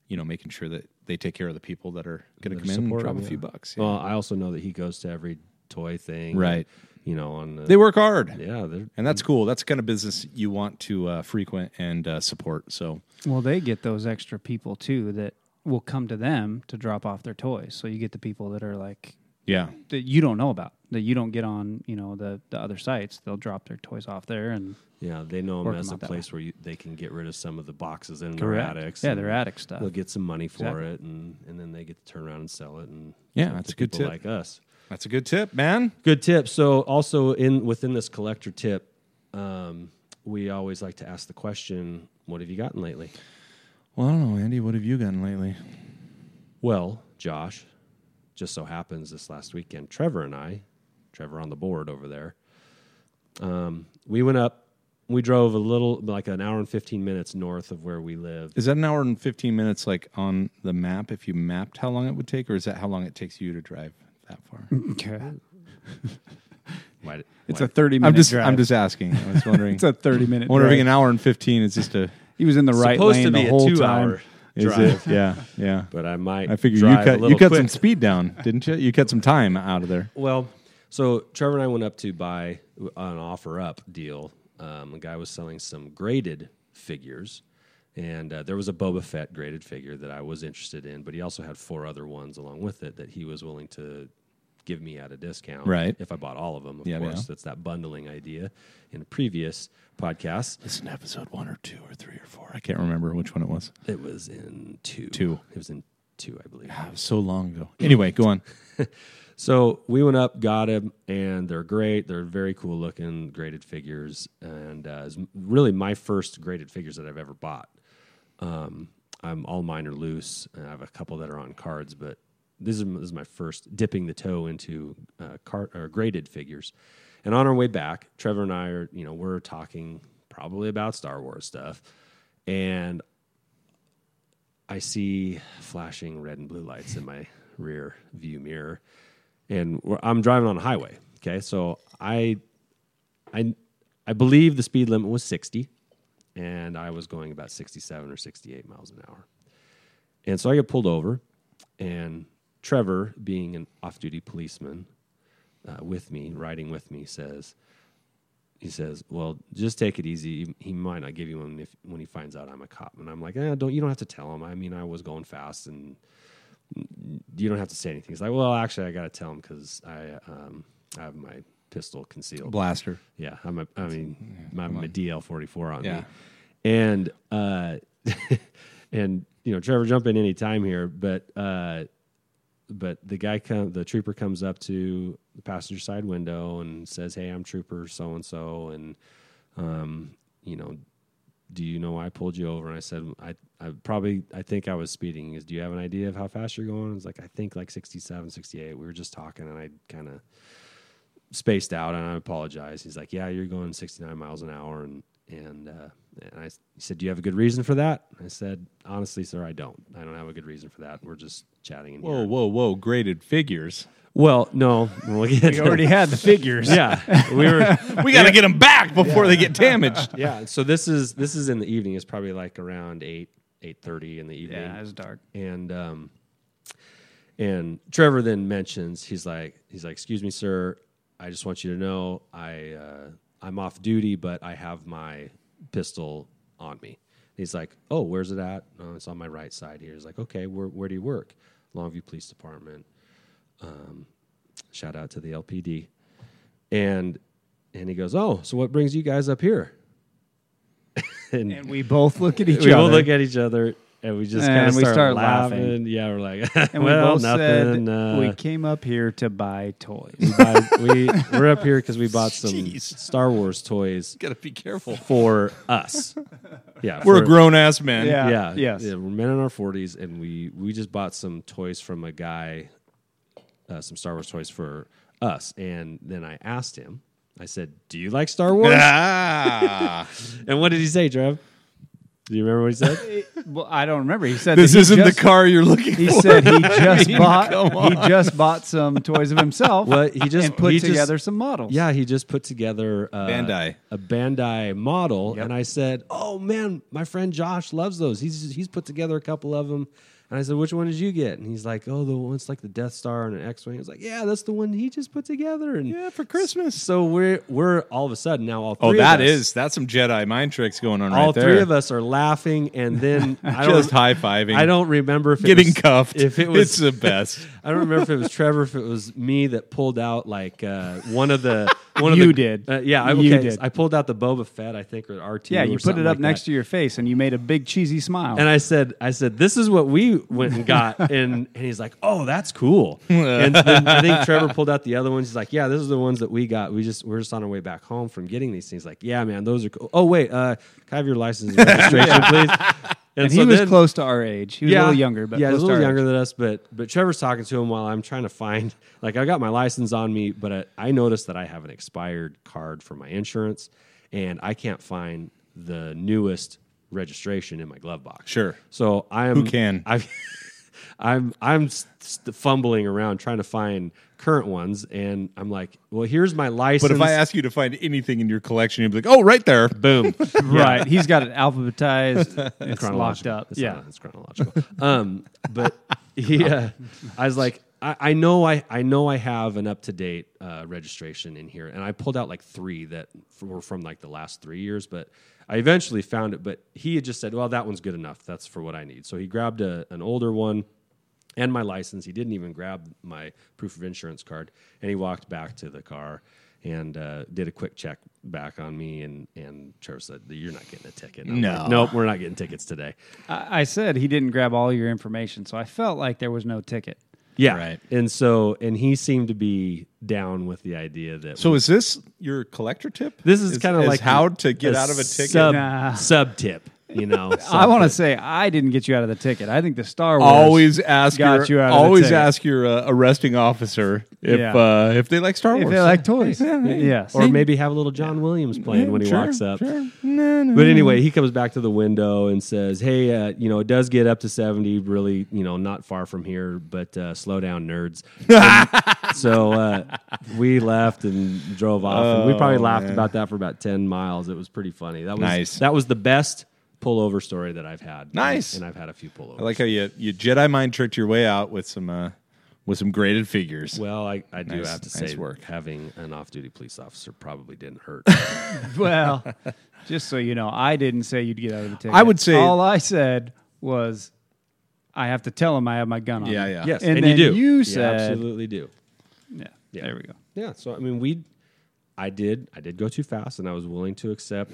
Speaker 2: you know, making sure that they take care of the people that are going to come in and
Speaker 3: Support
Speaker 2: drop
Speaker 3: them,
Speaker 2: a few
Speaker 3: yeah.
Speaker 2: bucks. Yeah.
Speaker 3: Well, I also know that he goes to every toy thing,
Speaker 2: Right.
Speaker 3: You know, on the,
Speaker 2: they work hard,
Speaker 3: yeah, they're
Speaker 2: and that's cool. That's the kind of business you want to uh, frequent and uh, support. So
Speaker 1: Well, they get those extra people too that will come to them to drop off their toys. So you get the people that are like
Speaker 2: yeah,
Speaker 1: that you don't know about that you don't get on you know the the other sites. They'll drop their toys off there and
Speaker 3: Yeah, they know them
Speaker 1: Work 'em
Speaker 3: as a
Speaker 1: up that
Speaker 3: place where you, they can get rid of some of the boxes in
Speaker 1: Correct.
Speaker 3: their attics.
Speaker 1: Yeah,
Speaker 3: and
Speaker 1: their attic stuff.
Speaker 3: They'll get some money for
Speaker 1: Exactly.
Speaker 3: it, and, and then they get to turn around and sell it. And
Speaker 2: Yeah,
Speaker 3: sell it
Speaker 2: that's
Speaker 3: to
Speaker 2: a good
Speaker 3: people
Speaker 2: tip.
Speaker 3: Like us,
Speaker 2: that's a good tip, man.
Speaker 3: good tip. So also in within this collector tip, um, we always like to ask the question, "What have you gotten lately?"
Speaker 2: Well, I don't know, Andy. What have you gotten lately?
Speaker 3: Well, Josh, just so happens this last weekend, Trevor and I, Trevor on the board over there, um, we went up. We drove a little, like an hour and fifteen minutes north of where we live.
Speaker 2: Is that an hour and fifteen minutes, like on the map? If you mapped how long it would take, or is that how long it takes you to drive that far?
Speaker 3: Why, did-
Speaker 1: it's
Speaker 3: why-
Speaker 1: a thirty minute
Speaker 2: I'm just,
Speaker 1: drive.
Speaker 2: I'm just asking. I was wondering.
Speaker 1: it's a thirty minute.
Speaker 2: I wonder if
Speaker 1: drive.
Speaker 2: an hour and fifteen is just a
Speaker 1: he was in the right
Speaker 3: supposed
Speaker 1: lane
Speaker 3: to be
Speaker 1: the
Speaker 3: a
Speaker 1: whole time.
Speaker 3: two-hour
Speaker 2: is
Speaker 3: drive,
Speaker 2: it? Yeah, yeah.
Speaker 3: but I might.
Speaker 2: I figure you
Speaker 3: drive a
Speaker 2: cut
Speaker 3: little
Speaker 2: you cut
Speaker 3: quick.
Speaker 2: some speed down, didn't you? You cut some time out of there.
Speaker 3: Well, so Trevor and I went up to buy an offer up deal. Um, a guy was selling some graded figures, and uh, there was a Boba Fett graded figure that I was interested in, but he also had four other ones along with it that he was willing to give me at a discount.
Speaker 2: Right.
Speaker 3: If I bought all of them, of
Speaker 2: Yeah,
Speaker 3: course.
Speaker 2: yeah.
Speaker 3: That's that bundling idea in a previous podcast.
Speaker 2: This is episode one or two or three or four. I can't remember which one it was.
Speaker 3: It was in two.
Speaker 2: Two.
Speaker 3: It was in two, I believe.
Speaker 2: It was so long ago. Anyway, go on.
Speaker 3: So we went up, got him, and they're great. They're very cool looking graded figures, and uh, it's really my first graded figures that I've ever bought. Um, I'm all mine are loose. and I have a couple that are on cards, but this is, this is my first dipping the toe into uh, card or graded figures. And on our way back, Trevor and I are you know we're talking probably about Star Wars stuff, and I see flashing red and blue lights in my rear view mirror, and we're, I'm driving on a highway. Okay, so I, I, I believe the speed limit was 60, and I was going about 67 or 68 miles an hour, and so I get pulled over, and Trevor, being an off-duty policeman, uh, with me riding with me says, he says, "Well, just take it easy. He might not give you one if when he finds out I'm a cop." And I'm like, eh, "Don't you don't have to tell him. I mean, I was going fast, and you don't have to say anything." He's like, "Well, actually, I got to tell him because I um, I have my pistol concealed.
Speaker 2: Blaster.
Speaker 3: Yeah, I'm a, I mean, my, my DL44 on me.
Speaker 2: Yeah.
Speaker 3: And, uh, and, you know, Trevor, jump in any time here, but, uh, but the guy come, the trooper comes up to the passenger side window and says, "Hey, I'm trooper so and so, and um, you know, do you know why I pulled you over?" And I said, "I, I probably, I think I was speeding. Is do you have an idea of how fast you're going?" It's like I think like 67, 68. We were just talking, and I kind of spaced out and I apologize. He's like, Yeah, you're going 69 miles an hour. And And, uh, and I s- he said, "Do you have a good reason for that?" I said, "Honestly, sir, I don't. I don't have a good reason for that. We're just chatting in
Speaker 2: Whoa,
Speaker 3: here."
Speaker 2: whoa, whoa! Graded figures.
Speaker 3: Well, no, we'll get
Speaker 1: We already had the figures.
Speaker 3: yeah, we were
Speaker 2: We got to get them back before they get damaged.
Speaker 3: yeah. So this is this is in the evening. It's probably like around eight eight thirty in the evening.
Speaker 1: Yeah, it was dark.
Speaker 3: and um, and Trevor then mentions he's like he's like, "Excuse me, sir. I just want you to know I uh, I'm off duty, but I have my pistol on me." And he's like, "Oh, where's it at?" No, it's on my right side here. He's like, "Okay, where where do you work?" Longview Police Department. Um, shout out to the LPD. And and he goes, "Oh, so what brings you guys up here?"
Speaker 1: And we both look at each
Speaker 3: we
Speaker 1: other.
Speaker 3: all look at each other and we just kind of
Speaker 1: And we
Speaker 3: start,
Speaker 1: start
Speaker 3: laughing.
Speaker 1: laughing.
Speaker 3: Yeah, we're like,
Speaker 1: and
Speaker 3: well,
Speaker 1: we both
Speaker 3: nothing.
Speaker 1: said
Speaker 3: uh,
Speaker 1: we came up here to buy toys.
Speaker 3: we, buy, we we're up here because we bought some Star Wars toys
Speaker 2: Got to be careful.
Speaker 3: for us. Yeah,
Speaker 2: We're
Speaker 3: for-
Speaker 2: a grown ass man.
Speaker 1: Yeah.
Speaker 3: Yeah,
Speaker 1: Yes.
Speaker 3: yeah, we're men in our forties, and we we just bought some toys from a guy, uh, some Star Wars toys for us. And then I asked him. I said, "Do you like Star Wars?"
Speaker 2: Ah,
Speaker 3: and what did he say, Trev? Do you remember what he said?
Speaker 1: well, I don't remember. He said
Speaker 2: this
Speaker 1: that he
Speaker 2: isn't
Speaker 1: just-
Speaker 2: the car you're looking
Speaker 1: He
Speaker 2: for.
Speaker 1: said he just
Speaker 2: mean, come
Speaker 1: bought he just bought some toys of himself.
Speaker 3: Well, he just-
Speaker 1: and put
Speaker 3: he just-
Speaker 1: together some models.
Speaker 3: Yeah, he just put together uh,
Speaker 2: Bandai.
Speaker 3: a Bandai model, and I said, "Oh man, my friend Josh loves those. He's he's put together a couple of them." And I said, "Which one did you get?" And he's like, "Oh, the one's like the Death Star and an X-wing." I was like, "Yeah, that's the one he just put together." And
Speaker 2: Yeah, for Christmas.
Speaker 3: So we're we're all of a sudden now all three
Speaker 2: oh,
Speaker 3: of
Speaker 2: that
Speaker 3: us-
Speaker 2: is that's some Jedi mind tricks going on
Speaker 3: all
Speaker 2: right there.
Speaker 3: three of us are laughing, and then I don't
Speaker 2: Just high-fiving.
Speaker 3: I don't remember if it
Speaker 2: getting
Speaker 3: was-
Speaker 2: cuffed.
Speaker 3: If it was
Speaker 2: it's the best.
Speaker 3: I don't remember if it was Trevor, if it was me that pulled out like uh, one of the one of
Speaker 1: You
Speaker 3: the,
Speaker 1: did.
Speaker 3: Uh, yeah, I, okay,
Speaker 1: You did.
Speaker 3: I pulled out the Boba Fett, I think, or RT.
Speaker 1: Yeah,
Speaker 3: or
Speaker 1: you put
Speaker 3: something
Speaker 1: it up
Speaker 3: like
Speaker 1: next
Speaker 3: that.
Speaker 1: to your face and you made a big cheesy smile.
Speaker 3: And I said, I said, this is what we went and got, and and he's like, oh, that's cool. and then I think Trevor pulled out the other ones. He's like, yeah, this is the ones that we got. We just we're just on our way back home from getting these things. Like, yeah, man, those are cool. Oh wait, uh, can I have your license and registration, please?
Speaker 1: And
Speaker 3: so
Speaker 1: he was
Speaker 3: then-
Speaker 1: close to our age. He was a little younger, but
Speaker 3: yeah, he was
Speaker 1: close
Speaker 3: a
Speaker 1: to
Speaker 3: little
Speaker 1: our age.
Speaker 3: younger than us. But but Trevor's talking to him while I'm trying to find. Like I got my license on me, but I, I noticed that I have an expired card for my insurance, and I can't find the newest registration in my glove box.
Speaker 2: Sure.
Speaker 3: So I'm
Speaker 2: Who can?
Speaker 3: I've, I'm I'm st- fumbling around trying to find current ones, and I'm like, well, here's my license.
Speaker 2: But if I ask you to find anything in your collection, you'd be like, "Oh, right there."
Speaker 3: boom,
Speaker 1: Right. He's got it alphabetized. It's locked
Speaker 3: chronological.
Speaker 1: up.
Speaker 3: It's
Speaker 1: yeah.
Speaker 3: not- it's chronological. um, but yeah, I was like, I, I know, I I know, I have an up to date uh, registration in here, and I pulled out like three that f- were from like the last three years, but I eventually found it. But he had just said, well, that one's good enough. That's for what I need. So he grabbed a, an older one. And my license. He didn't even grab my proof of insurance card, and he walked back to the car and uh, did a quick check back on me. And and Trevor said, "You're not getting a ticket." And I'm
Speaker 2: No.
Speaker 3: like, nope, we're not getting tickets today.
Speaker 1: I, I said he didn't grab all your information, so I felt like there was no ticket.
Speaker 3: Yeah.
Speaker 2: Right.
Speaker 3: And so, and he seemed to be down with the idea that.
Speaker 2: So is this your collector tip?
Speaker 3: this is kind of like
Speaker 2: how to get
Speaker 3: a
Speaker 2: out of a ticket.
Speaker 3: Sub,
Speaker 1: Nah.
Speaker 3: sub tip, you know.
Speaker 1: I
Speaker 2: Ah,
Speaker 3: sub
Speaker 1: want to
Speaker 3: tip.
Speaker 1: say I didn't get you out of the ticket. I think the Star Wars
Speaker 2: always ask
Speaker 1: got
Speaker 2: your,
Speaker 1: you out of the
Speaker 2: always
Speaker 1: ticket.
Speaker 2: ask your uh, arresting officer if
Speaker 1: Yeah.
Speaker 2: uh, if they like Star
Speaker 1: if
Speaker 2: Wars.
Speaker 1: they like toys. Yes.
Speaker 3: Or maybe have a little John Williams playing when he
Speaker 2: Sure,
Speaker 3: walks up.
Speaker 2: sure. No, no.
Speaker 3: But anyway, he comes back to the window and says, "Hey, uh, you know, it does get up to seventy. Really, you know, not far from here, but uh, slow down, nerds." And so uh, we left and drove off, and we probably laughed about that for about ten miles. It was pretty funny. That was
Speaker 2: Oh, Nice.
Speaker 3: That was the best pullover story that I've had.
Speaker 2: Nice.
Speaker 3: and I've had a few pullovers.
Speaker 2: I like how you you Jedi mind tricked your way out with some uh, with some graded figures.
Speaker 3: well, I, I do
Speaker 2: Nice-
Speaker 3: have to
Speaker 2: nice
Speaker 3: say,
Speaker 2: work.
Speaker 3: having an off-duty police officer probably didn't hurt.
Speaker 1: Well, just so you know, I didn't say you'd get out of the ticket.
Speaker 2: I would say-
Speaker 1: all I said was I have to tell him I have my gun on.
Speaker 2: Yeah,
Speaker 1: me.
Speaker 2: yeah.
Speaker 3: yes,
Speaker 1: And
Speaker 3: and,
Speaker 1: then
Speaker 3: you do.
Speaker 1: you
Speaker 3: You
Speaker 1: said-
Speaker 3: absolutely do.
Speaker 1: yeah, There we go.
Speaker 3: Yeah, so I mean, we, I did, I did go too fast, and I was willing to accept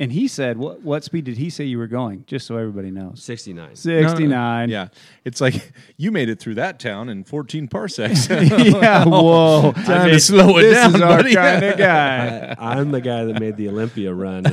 Speaker 1: And he said, "What what speed did he say you were going?" Just so everybody knows.
Speaker 3: sixty nine.
Speaker 2: No, no, no.
Speaker 1: Sixty nine.
Speaker 2: Yeah, it's like you made it through that town in 14 parsecs.
Speaker 1: yeah. Whoa.
Speaker 2: Time to slow it
Speaker 1: this
Speaker 2: down,
Speaker 1: is our
Speaker 2: buddy.
Speaker 1: kind of guy.
Speaker 3: I'm the guy that made the Olympia run in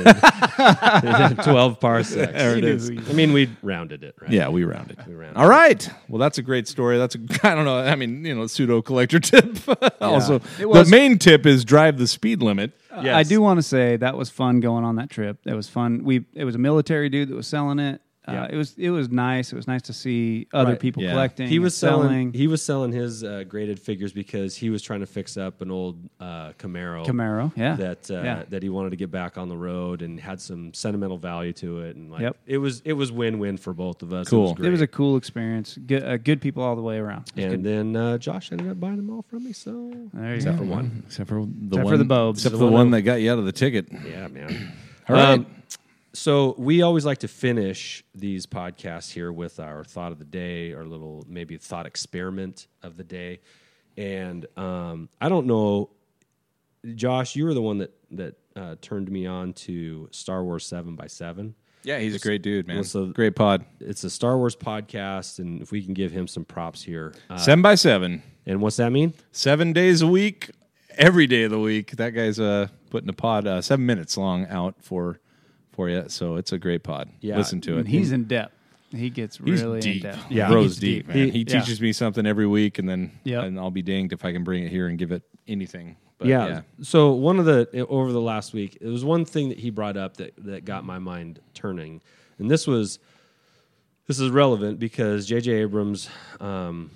Speaker 3: twelve parsecs.
Speaker 1: it You is. knew who
Speaker 3: I mean, we rounded it, right?
Speaker 2: Yeah, we rounded. We
Speaker 3: rounded.
Speaker 2: All right. Well, that's a great story. That's a I don't know. I mean, you know, pseudo collector tip. also,
Speaker 1: It was-
Speaker 2: the main tip is drive the speed limit.
Speaker 1: I
Speaker 3: Yes.
Speaker 1: do want to say that was fun going on that trip. That was fun. We it was a military dude that was selling it. Uh,
Speaker 3: Yeah.
Speaker 1: It was it was nice. It was nice to see other
Speaker 3: Right.
Speaker 1: people
Speaker 2: Yeah.
Speaker 1: collecting.
Speaker 3: He was
Speaker 1: and
Speaker 3: selling,
Speaker 1: selling.
Speaker 3: He was selling his uh, graded figures because he was trying to fix up an old uh, Camaro.
Speaker 1: Camaro, yeah.
Speaker 3: That uh,
Speaker 1: Yeah.
Speaker 3: that he wanted to get back on the road and had some sentimental value to it. And like,
Speaker 1: Yep.
Speaker 3: it was it was win win for both of us.
Speaker 2: Cool.
Speaker 3: It was,
Speaker 2: It
Speaker 1: It
Speaker 3: great.
Speaker 1: was a cool experience. Good, uh, good people all the way around. It was
Speaker 3: and
Speaker 1: good.
Speaker 3: then uh, Josh ended up buying them all from me. So
Speaker 1: There you
Speaker 3: except
Speaker 1: go.
Speaker 3: for one.
Speaker 2: Except for the
Speaker 1: for
Speaker 2: one
Speaker 1: the bulbs.
Speaker 2: Except
Speaker 1: The
Speaker 2: for the one
Speaker 1: one
Speaker 2: that got you out of the ticket.
Speaker 3: Yeah, man. Um,
Speaker 2: All right.
Speaker 3: so we always like to finish these podcasts here with our thought of the day, our little maybe thought experiment of the day. And um, I don't know, Josh, you were the one that that uh, turned me on to Star Wars Seven by Seven.
Speaker 2: yeah, he's a great dude, man.
Speaker 3: What's the-
Speaker 2: great pod.
Speaker 3: It's a Star Wars podcast, and if we can give him some props here, uh,
Speaker 2: seven by seven,
Speaker 3: and what's that mean?
Speaker 2: seven days a week, every day of the week. That guy's uh, putting a pod uh, seven minutes long out for for you. So it's a great pod.
Speaker 3: Yeah.
Speaker 2: Listen to it.
Speaker 1: And he's in depth. He gets
Speaker 2: He's
Speaker 1: really
Speaker 2: deep.
Speaker 1: in depth.
Speaker 3: Yeah.
Speaker 2: Bro's
Speaker 1: He's
Speaker 2: deep,
Speaker 1: deep.
Speaker 2: man. He,
Speaker 1: He- yeah.
Speaker 2: teaches me something every week, and then
Speaker 1: Yep.
Speaker 2: and I'll be dinged if I can bring it here and give it anything. But
Speaker 3: yeah.
Speaker 2: yeah.
Speaker 3: So one of the over the last week, it was one thing that he brought up that that got my mind turning, and this was this is relevant because J.J. Abrams um,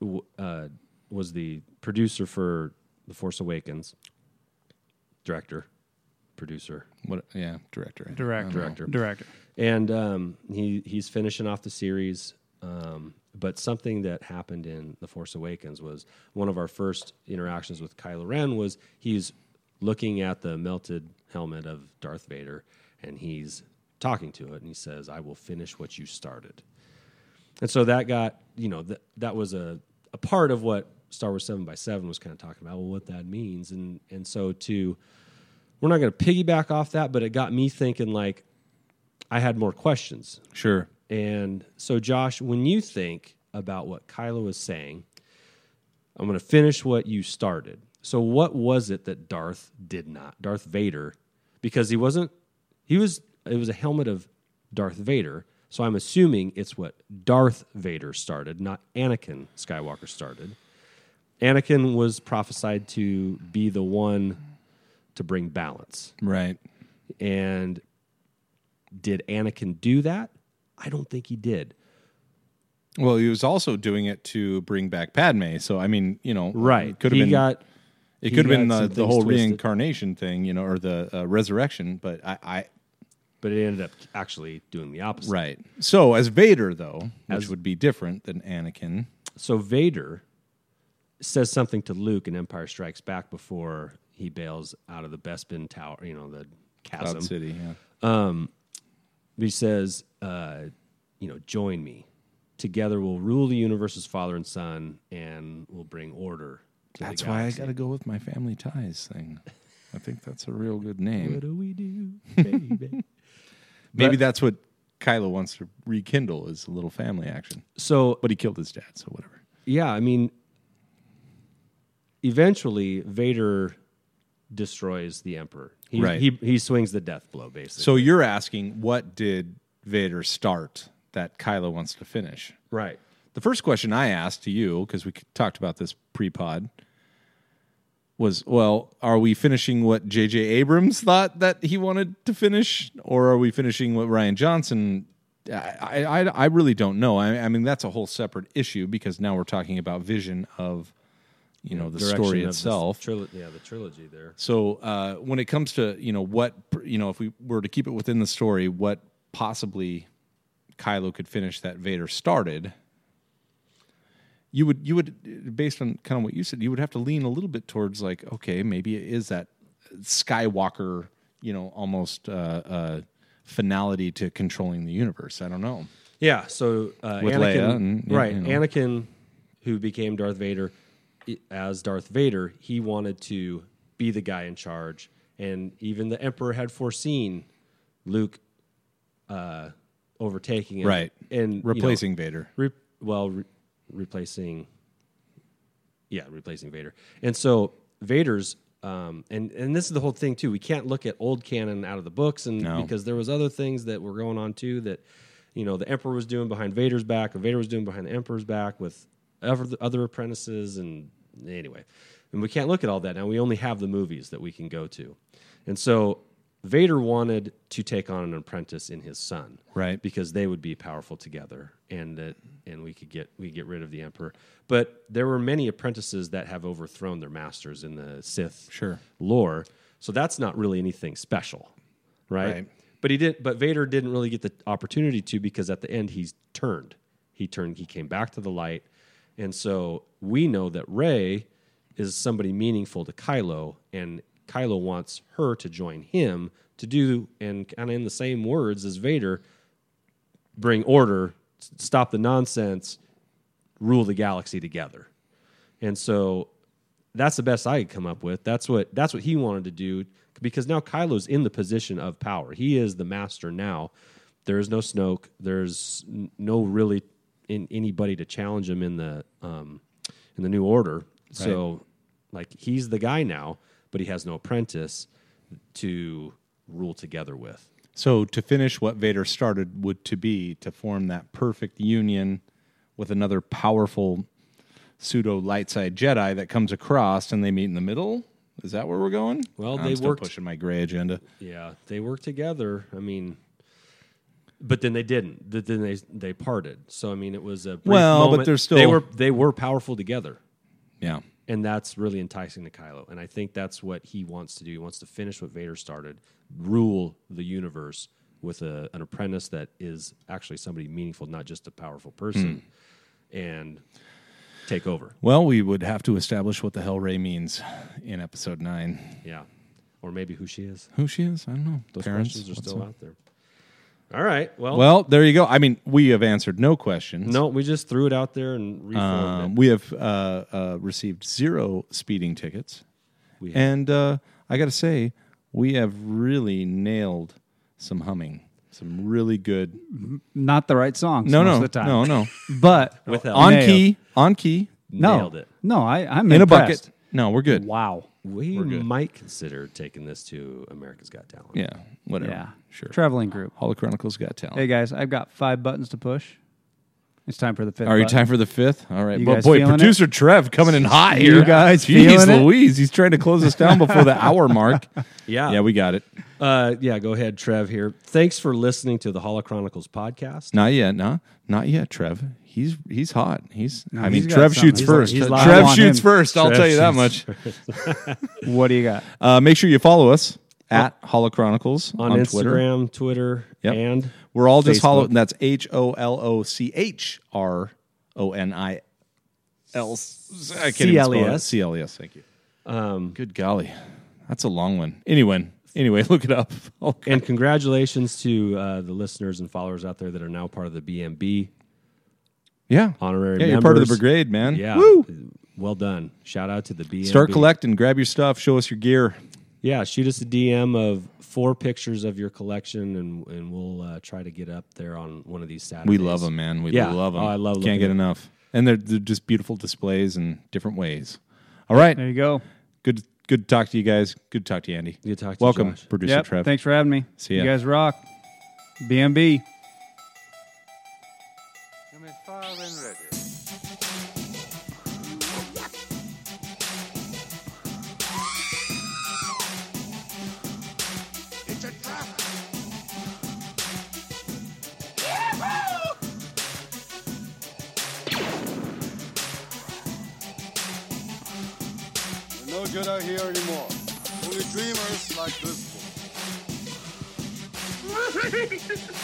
Speaker 3: w- uh, was the producer for The Force Awakens, director, producer,
Speaker 2: What? Yeah, director. I
Speaker 1: Director,
Speaker 2: don't know.
Speaker 1: director, director.
Speaker 3: and um, he he's finishing off the series. Um, but something that happened in The Force Awakens was one of our first interactions with Kylo Ren was he's looking at the melted helmet of Darth Vader and he's talking to it and he says, "I will finish what you started." And so that got, you know, th- that was a, a part of what Star Wars 7 by 7 was kind of talking about, well, what that means. And, and so to, we're not going to piggyback off that, but it got me thinking like I had more questions.
Speaker 2: Sure.
Speaker 3: And so, Josh, when you think about what Kylo is saying, I'm going to finish what you started. So, what was it that Darth did not? Darth Vader, because he wasn't, he was, it was a helmet of Darth Vader. So, I'm assuming it's what Darth Vader started, not Anakin Skywalker started. Anakin was prophesied to be the one to bring balance.
Speaker 2: Right.
Speaker 3: And did Anakin do that? I don't think he did.
Speaker 2: Well, he was also doing it to bring back Padme. So I mean, you know, it Could have
Speaker 3: he
Speaker 2: been.
Speaker 3: got
Speaker 2: it
Speaker 3: he
Speaker 2: could have been
Speaker 3: got
Speaker 2: the,
Speaker 3: some
Speaker 2: the
Speaker 3: things
Speaker 2: whole
Speaker 3: twisted.
Speaker 2: reincarnation thing, you know, or the uh, resurrection. But I, I,
Speaker 3: but it ended up actually doing the opposite.
Speaker 2: right. So as Vader, though, which would be different than Anakin.
Speaker 3: So Vader says something to Luke in Empire Strikes Back before he bails out of the Bespin Tower, you know, the chasm.
Speaker 2: Cloud City, yeah.
Speaker 3: He says, uh, you know, join me. Together we'll rule the universe as father and son and we'll bring order. To the
Speaker 2: That's why I
Speaker 3: galaxy."
Speaker 2: got to go with my family ties thing. I think that's a real good name.
Speaker 3: What do we do, baby?
Speaker 2: Maybe that's what Kylo wants to rekindle is a little family action.
Speaker 3: so
Speaker 2: But he killed his dad, so whatever.
Speaker 3: yeah, I mean, eventually Vader destroys the Emperor. He,
Speaker 2: Right.
Speaker 3: He, he swings the death blow, basically.
Speaker 2: So you're asking, what did Vader start that Kylo wants to finish?
Speaker 3: right.
Speaker 2: The first question I asked to you, because we talked about this pre pod, was well, are we finishing what J.J. Abrams thought that he wanted to finish, or are we finishing what Ryan Johnson? I, I, I really don't know. I, I mean, that's a whole separate issue because now we're talking about vision of, you know, the story
Speaker 3: Direction of this
Speaker 2: itself.
Speaker 3: trilo- yeah, the trilogy there.
Speaker 2: So uh, when it comes to you know what you know if we were to keep it within the story, what possibly Kylo could finish that Vader started, you would you would based on kind of what you said, you would have to lean a little bit towards like okay maybe it is that Skywalker you know almost uh, uh, finality to controlling the universe. I don't know.
Speaker 3: Yeah, so uh,
Speaker 2: With
Speaker 3: Anakin,
Speaker 2: Leia and- yeah,
Speaker 3: right?
Speaker 2: you know.
Speaker 3: Anakin, who became Darth Vader, i- as Darth Vader, he wanted to be the guy in charge, and even the Emperor had foreseen Luke uh, overtaking him,
Speaker 2: Right.
Speaker 3: And you know,
Speaker 2: Replacing Vader.
Speaker 3: re- well, re- replacing, yeah, replacing Vader. And so Vader's, um, and and this is the whole thing too. We can't look at old canon out of the books, and
Speaker 2: No.
Speaker 3: because there was other things that were going on too that, you know, the Emperor was doing behind Vader's back, or Vader was doing behind the Emperor's back with other, other apprentices, and anyway, and we can't look at all that now. We only have the movies that we can go to, and so Vader wanted to take on an apprentice in his son,
Speaker 2: Right.
Speaker 3: Because they would be powerful together, and that and we could get we could get rid of the emperor. But there were many apprentices that have overthrown their masters in the Sith
Speaker 2: Sure.
Speaker 3: lore, so that's not really anything special, right?
Speaker 2: Right.
Speaker 3: But he didn't. But Vader didn't really get the opportunity to because at the end he's turned. He turned. He came back to the light, and so we know that Rey is somebody meaningful to Kylo, and Kylo wants her to join him to do and kind of in the same words as Vader, bring order, s- stop the nonsense, rule the galaxy together. And so that's the best I could come up with. That's what that's what he wanted to do because now Kylo's in the position of power. He is the master now. There is no Snoke. There's n- no really in, anybody to challenge him in the um, in the new order. So like he's the guy now, but he has no apprentice to rule together with.
Speaker 2: So to finish what Vader started would to be to form that perfect union with another powerful pseudo light side Jedi that comes across and they meet in the middle. Is that where we're going?
Speaker 3: Well,
Speaker 2: I'm
Speaker 3: they
Speaker 2: still
Speaker 3: worked-
Speaker 2: pushing my gray agenda.
Speaker 3: Yeah, they work together. I mean, but then they didn't. Th- Then they they parted. So I mean, it was a brief
Speaker 2: Well, but
Speaker 3: moment.
Speaker 2: they're still-
Speaker 3: they were they were powerful together,
Speaker 2: Yeah.
Speaker 3: and that's really enticing to Kylo. And I think that's what he wants to do. He wants to finish what Vader started, rule the universe with a, an apprentice that is actually somebody meaningful, not just a powerful person,
Speaker 2: Hmm.
Speaker 3: and take over.
Speaker 2: Well, we would have to establish what the hell Ray means in episode nine.
Speaker 3: Yeah, or maybe who she is.
Speaker 2: Who she is, I don't know.
Speaker 3: Those
Speaker 2: Parents,
Speaker 3: questions are
Speaker 2: what's
Speaker 3: still
Speaker 2: up?
Speaker 3: out there. All right. Well,
Speaker 2: Well, there you go. I mean, we have answered no questions.
Speaker 3: No, we just threw it out there and reformed
Speaker 2: Um,
Speaker 3: it.
Speaker 2: we have uh, uh, received zero speeding tickets.
Speaker 3: We have.
Speaker 2: And uh, I got to say, we have really nailed some humming. Some really good.
Speaker 1: Not the right songs.
Speaker 2: No,
Speaker 1: most
Speaker 2: no,
Speaker 1: of the time.
Speaker 2: no, no.
Speaker 1: But
Speaker 3: With a-
Speaker 2: On
Speaker 1: nailed.
Speaker 2: key, on key,
Speaker 1: no,
Speaker 3: Nailed it.
Speaker 1: No, I, I'm
Speaker 2: in a
Speaker 1: impressed.
Speaker 2: bucket. No, we're good.
Speaker 1: Wow.
Speaker 3: We
Speaker 2: good.
Speaker 3: might consider taking this to America's Got Talent.
Speaker 2: Yeah, whatever.
Speaker 1: Yeah.
Speaker 2: sure.
Speaker 1: Traveling group.
Speaker 2: Holo Chronicles got talent.
Speaker 1: Hey guys, I've got five buttons to push. It's time for the fifth.
Speaker 2: Are you
Speaker 1: button.
Speaker 2: time for the fifth? All right,
Speaker 1: You
Speaker 2: but
Speaker 1: guys
Speaker 2: boy,
Speaker 1: feeling it?
Speaker 2: producer Trev coming in hot here.
Speaker 1: guys
Speaker 2: jeez,
Speaker 1: feeling it?
Speaker 2: Louise, he's trying to close us down before the hour mark.
Speaker 3: Yeah.
Speaker 2: yeah, we got it.
Speaker 3: Uh, yeah, go ahead, Trev here. Thanks for listening to the Holo Chronicles podcast.
Speaker 2: Not yet, nah, not yet, Trev. He's he's hot. He's I
Speaker 1: he's
Speaker 2: mean,
Speaker 1: got
Speaker 2: Trev
Speaker 1: something.
Speaker 2: shoots
Speaker 1: He's
Speaker 2: first.
Speaker 3: he's live
Speaker 2: Trev
Speaker 1: on
Speaker 2: shoots
Speaker 1: him.
Speaker 2: first. I'll
Speaker 3: Trev
Speaker 2: tell you that much.
Speaker 3: shoots
Speaker 1: What do you got?
Speaker 2: Uh, make sure you follow us at Holo Chronicles
Speaker 3: On,
Speaker 2: on, Twitter.
Speaker 3: Instagram, Twitter,
Speaker 2: Yep.
Speaker 3: and
Speaker 2: We're all just Hollow.
Speaker 3: Facebook.
Speaker 2: That's H O L O C H R O N I L I can't even spell it.
Speaker 3: CLES.
Speaker 2: CLES. Thank you. E Um, Good golly, that's a long one. Anyway, anyway, look it up. Oh,
Speaker 3: and congratulations to uh, the listeners and followers out there that are now part of the BMB
Speaker 2: yeah,
Speaker 3: honorary.
Speaker 2: Yeah, you're part of the
Speaker 3: members.
Speaker 2: brigade, man.
Speaker 3: Yeah,
Speaker 2: Woo!
Speaker 3: well done. Shout out to the BMB.
Speaker 2: Start collecting. Grab your stuff. Show us your gear.
Speaker 3: Yeah, shoot us a DM of four pictures of your collection, and and we'll uh, try to get up there on one of these Saturdays.
Speaker 2: We love them, man. We
Speaker 3: Yeah.
Speaker 2: love them.
Speaker 3: Oh, I love
Speaker 2: Can't
Speaker 3: looking
Speaker 2: get
Speaker 3: at 'em.
Speaker 2: enough. And they're, they're just beautiful displays in different ways. All right.
Speaker 1: There you go.
Speaker 2: Good. Good to talk to you guys. Good to talk to you, Andy.
Speaker 3: Good to talk to
Speaker 2: Welcome,
Speaker 3: Josh.
Speaker 2: producer
Speaker 1: Yep.
Speaker 2: Trev.
Speaker 1: Thanks for having me.
Speaker 2: See ya.
Speaker 1: You guys rock. BMB.
Speaker 5: Come in far and ready.
Speaker 6: They're no good out here anymore. Only dreamers like this one.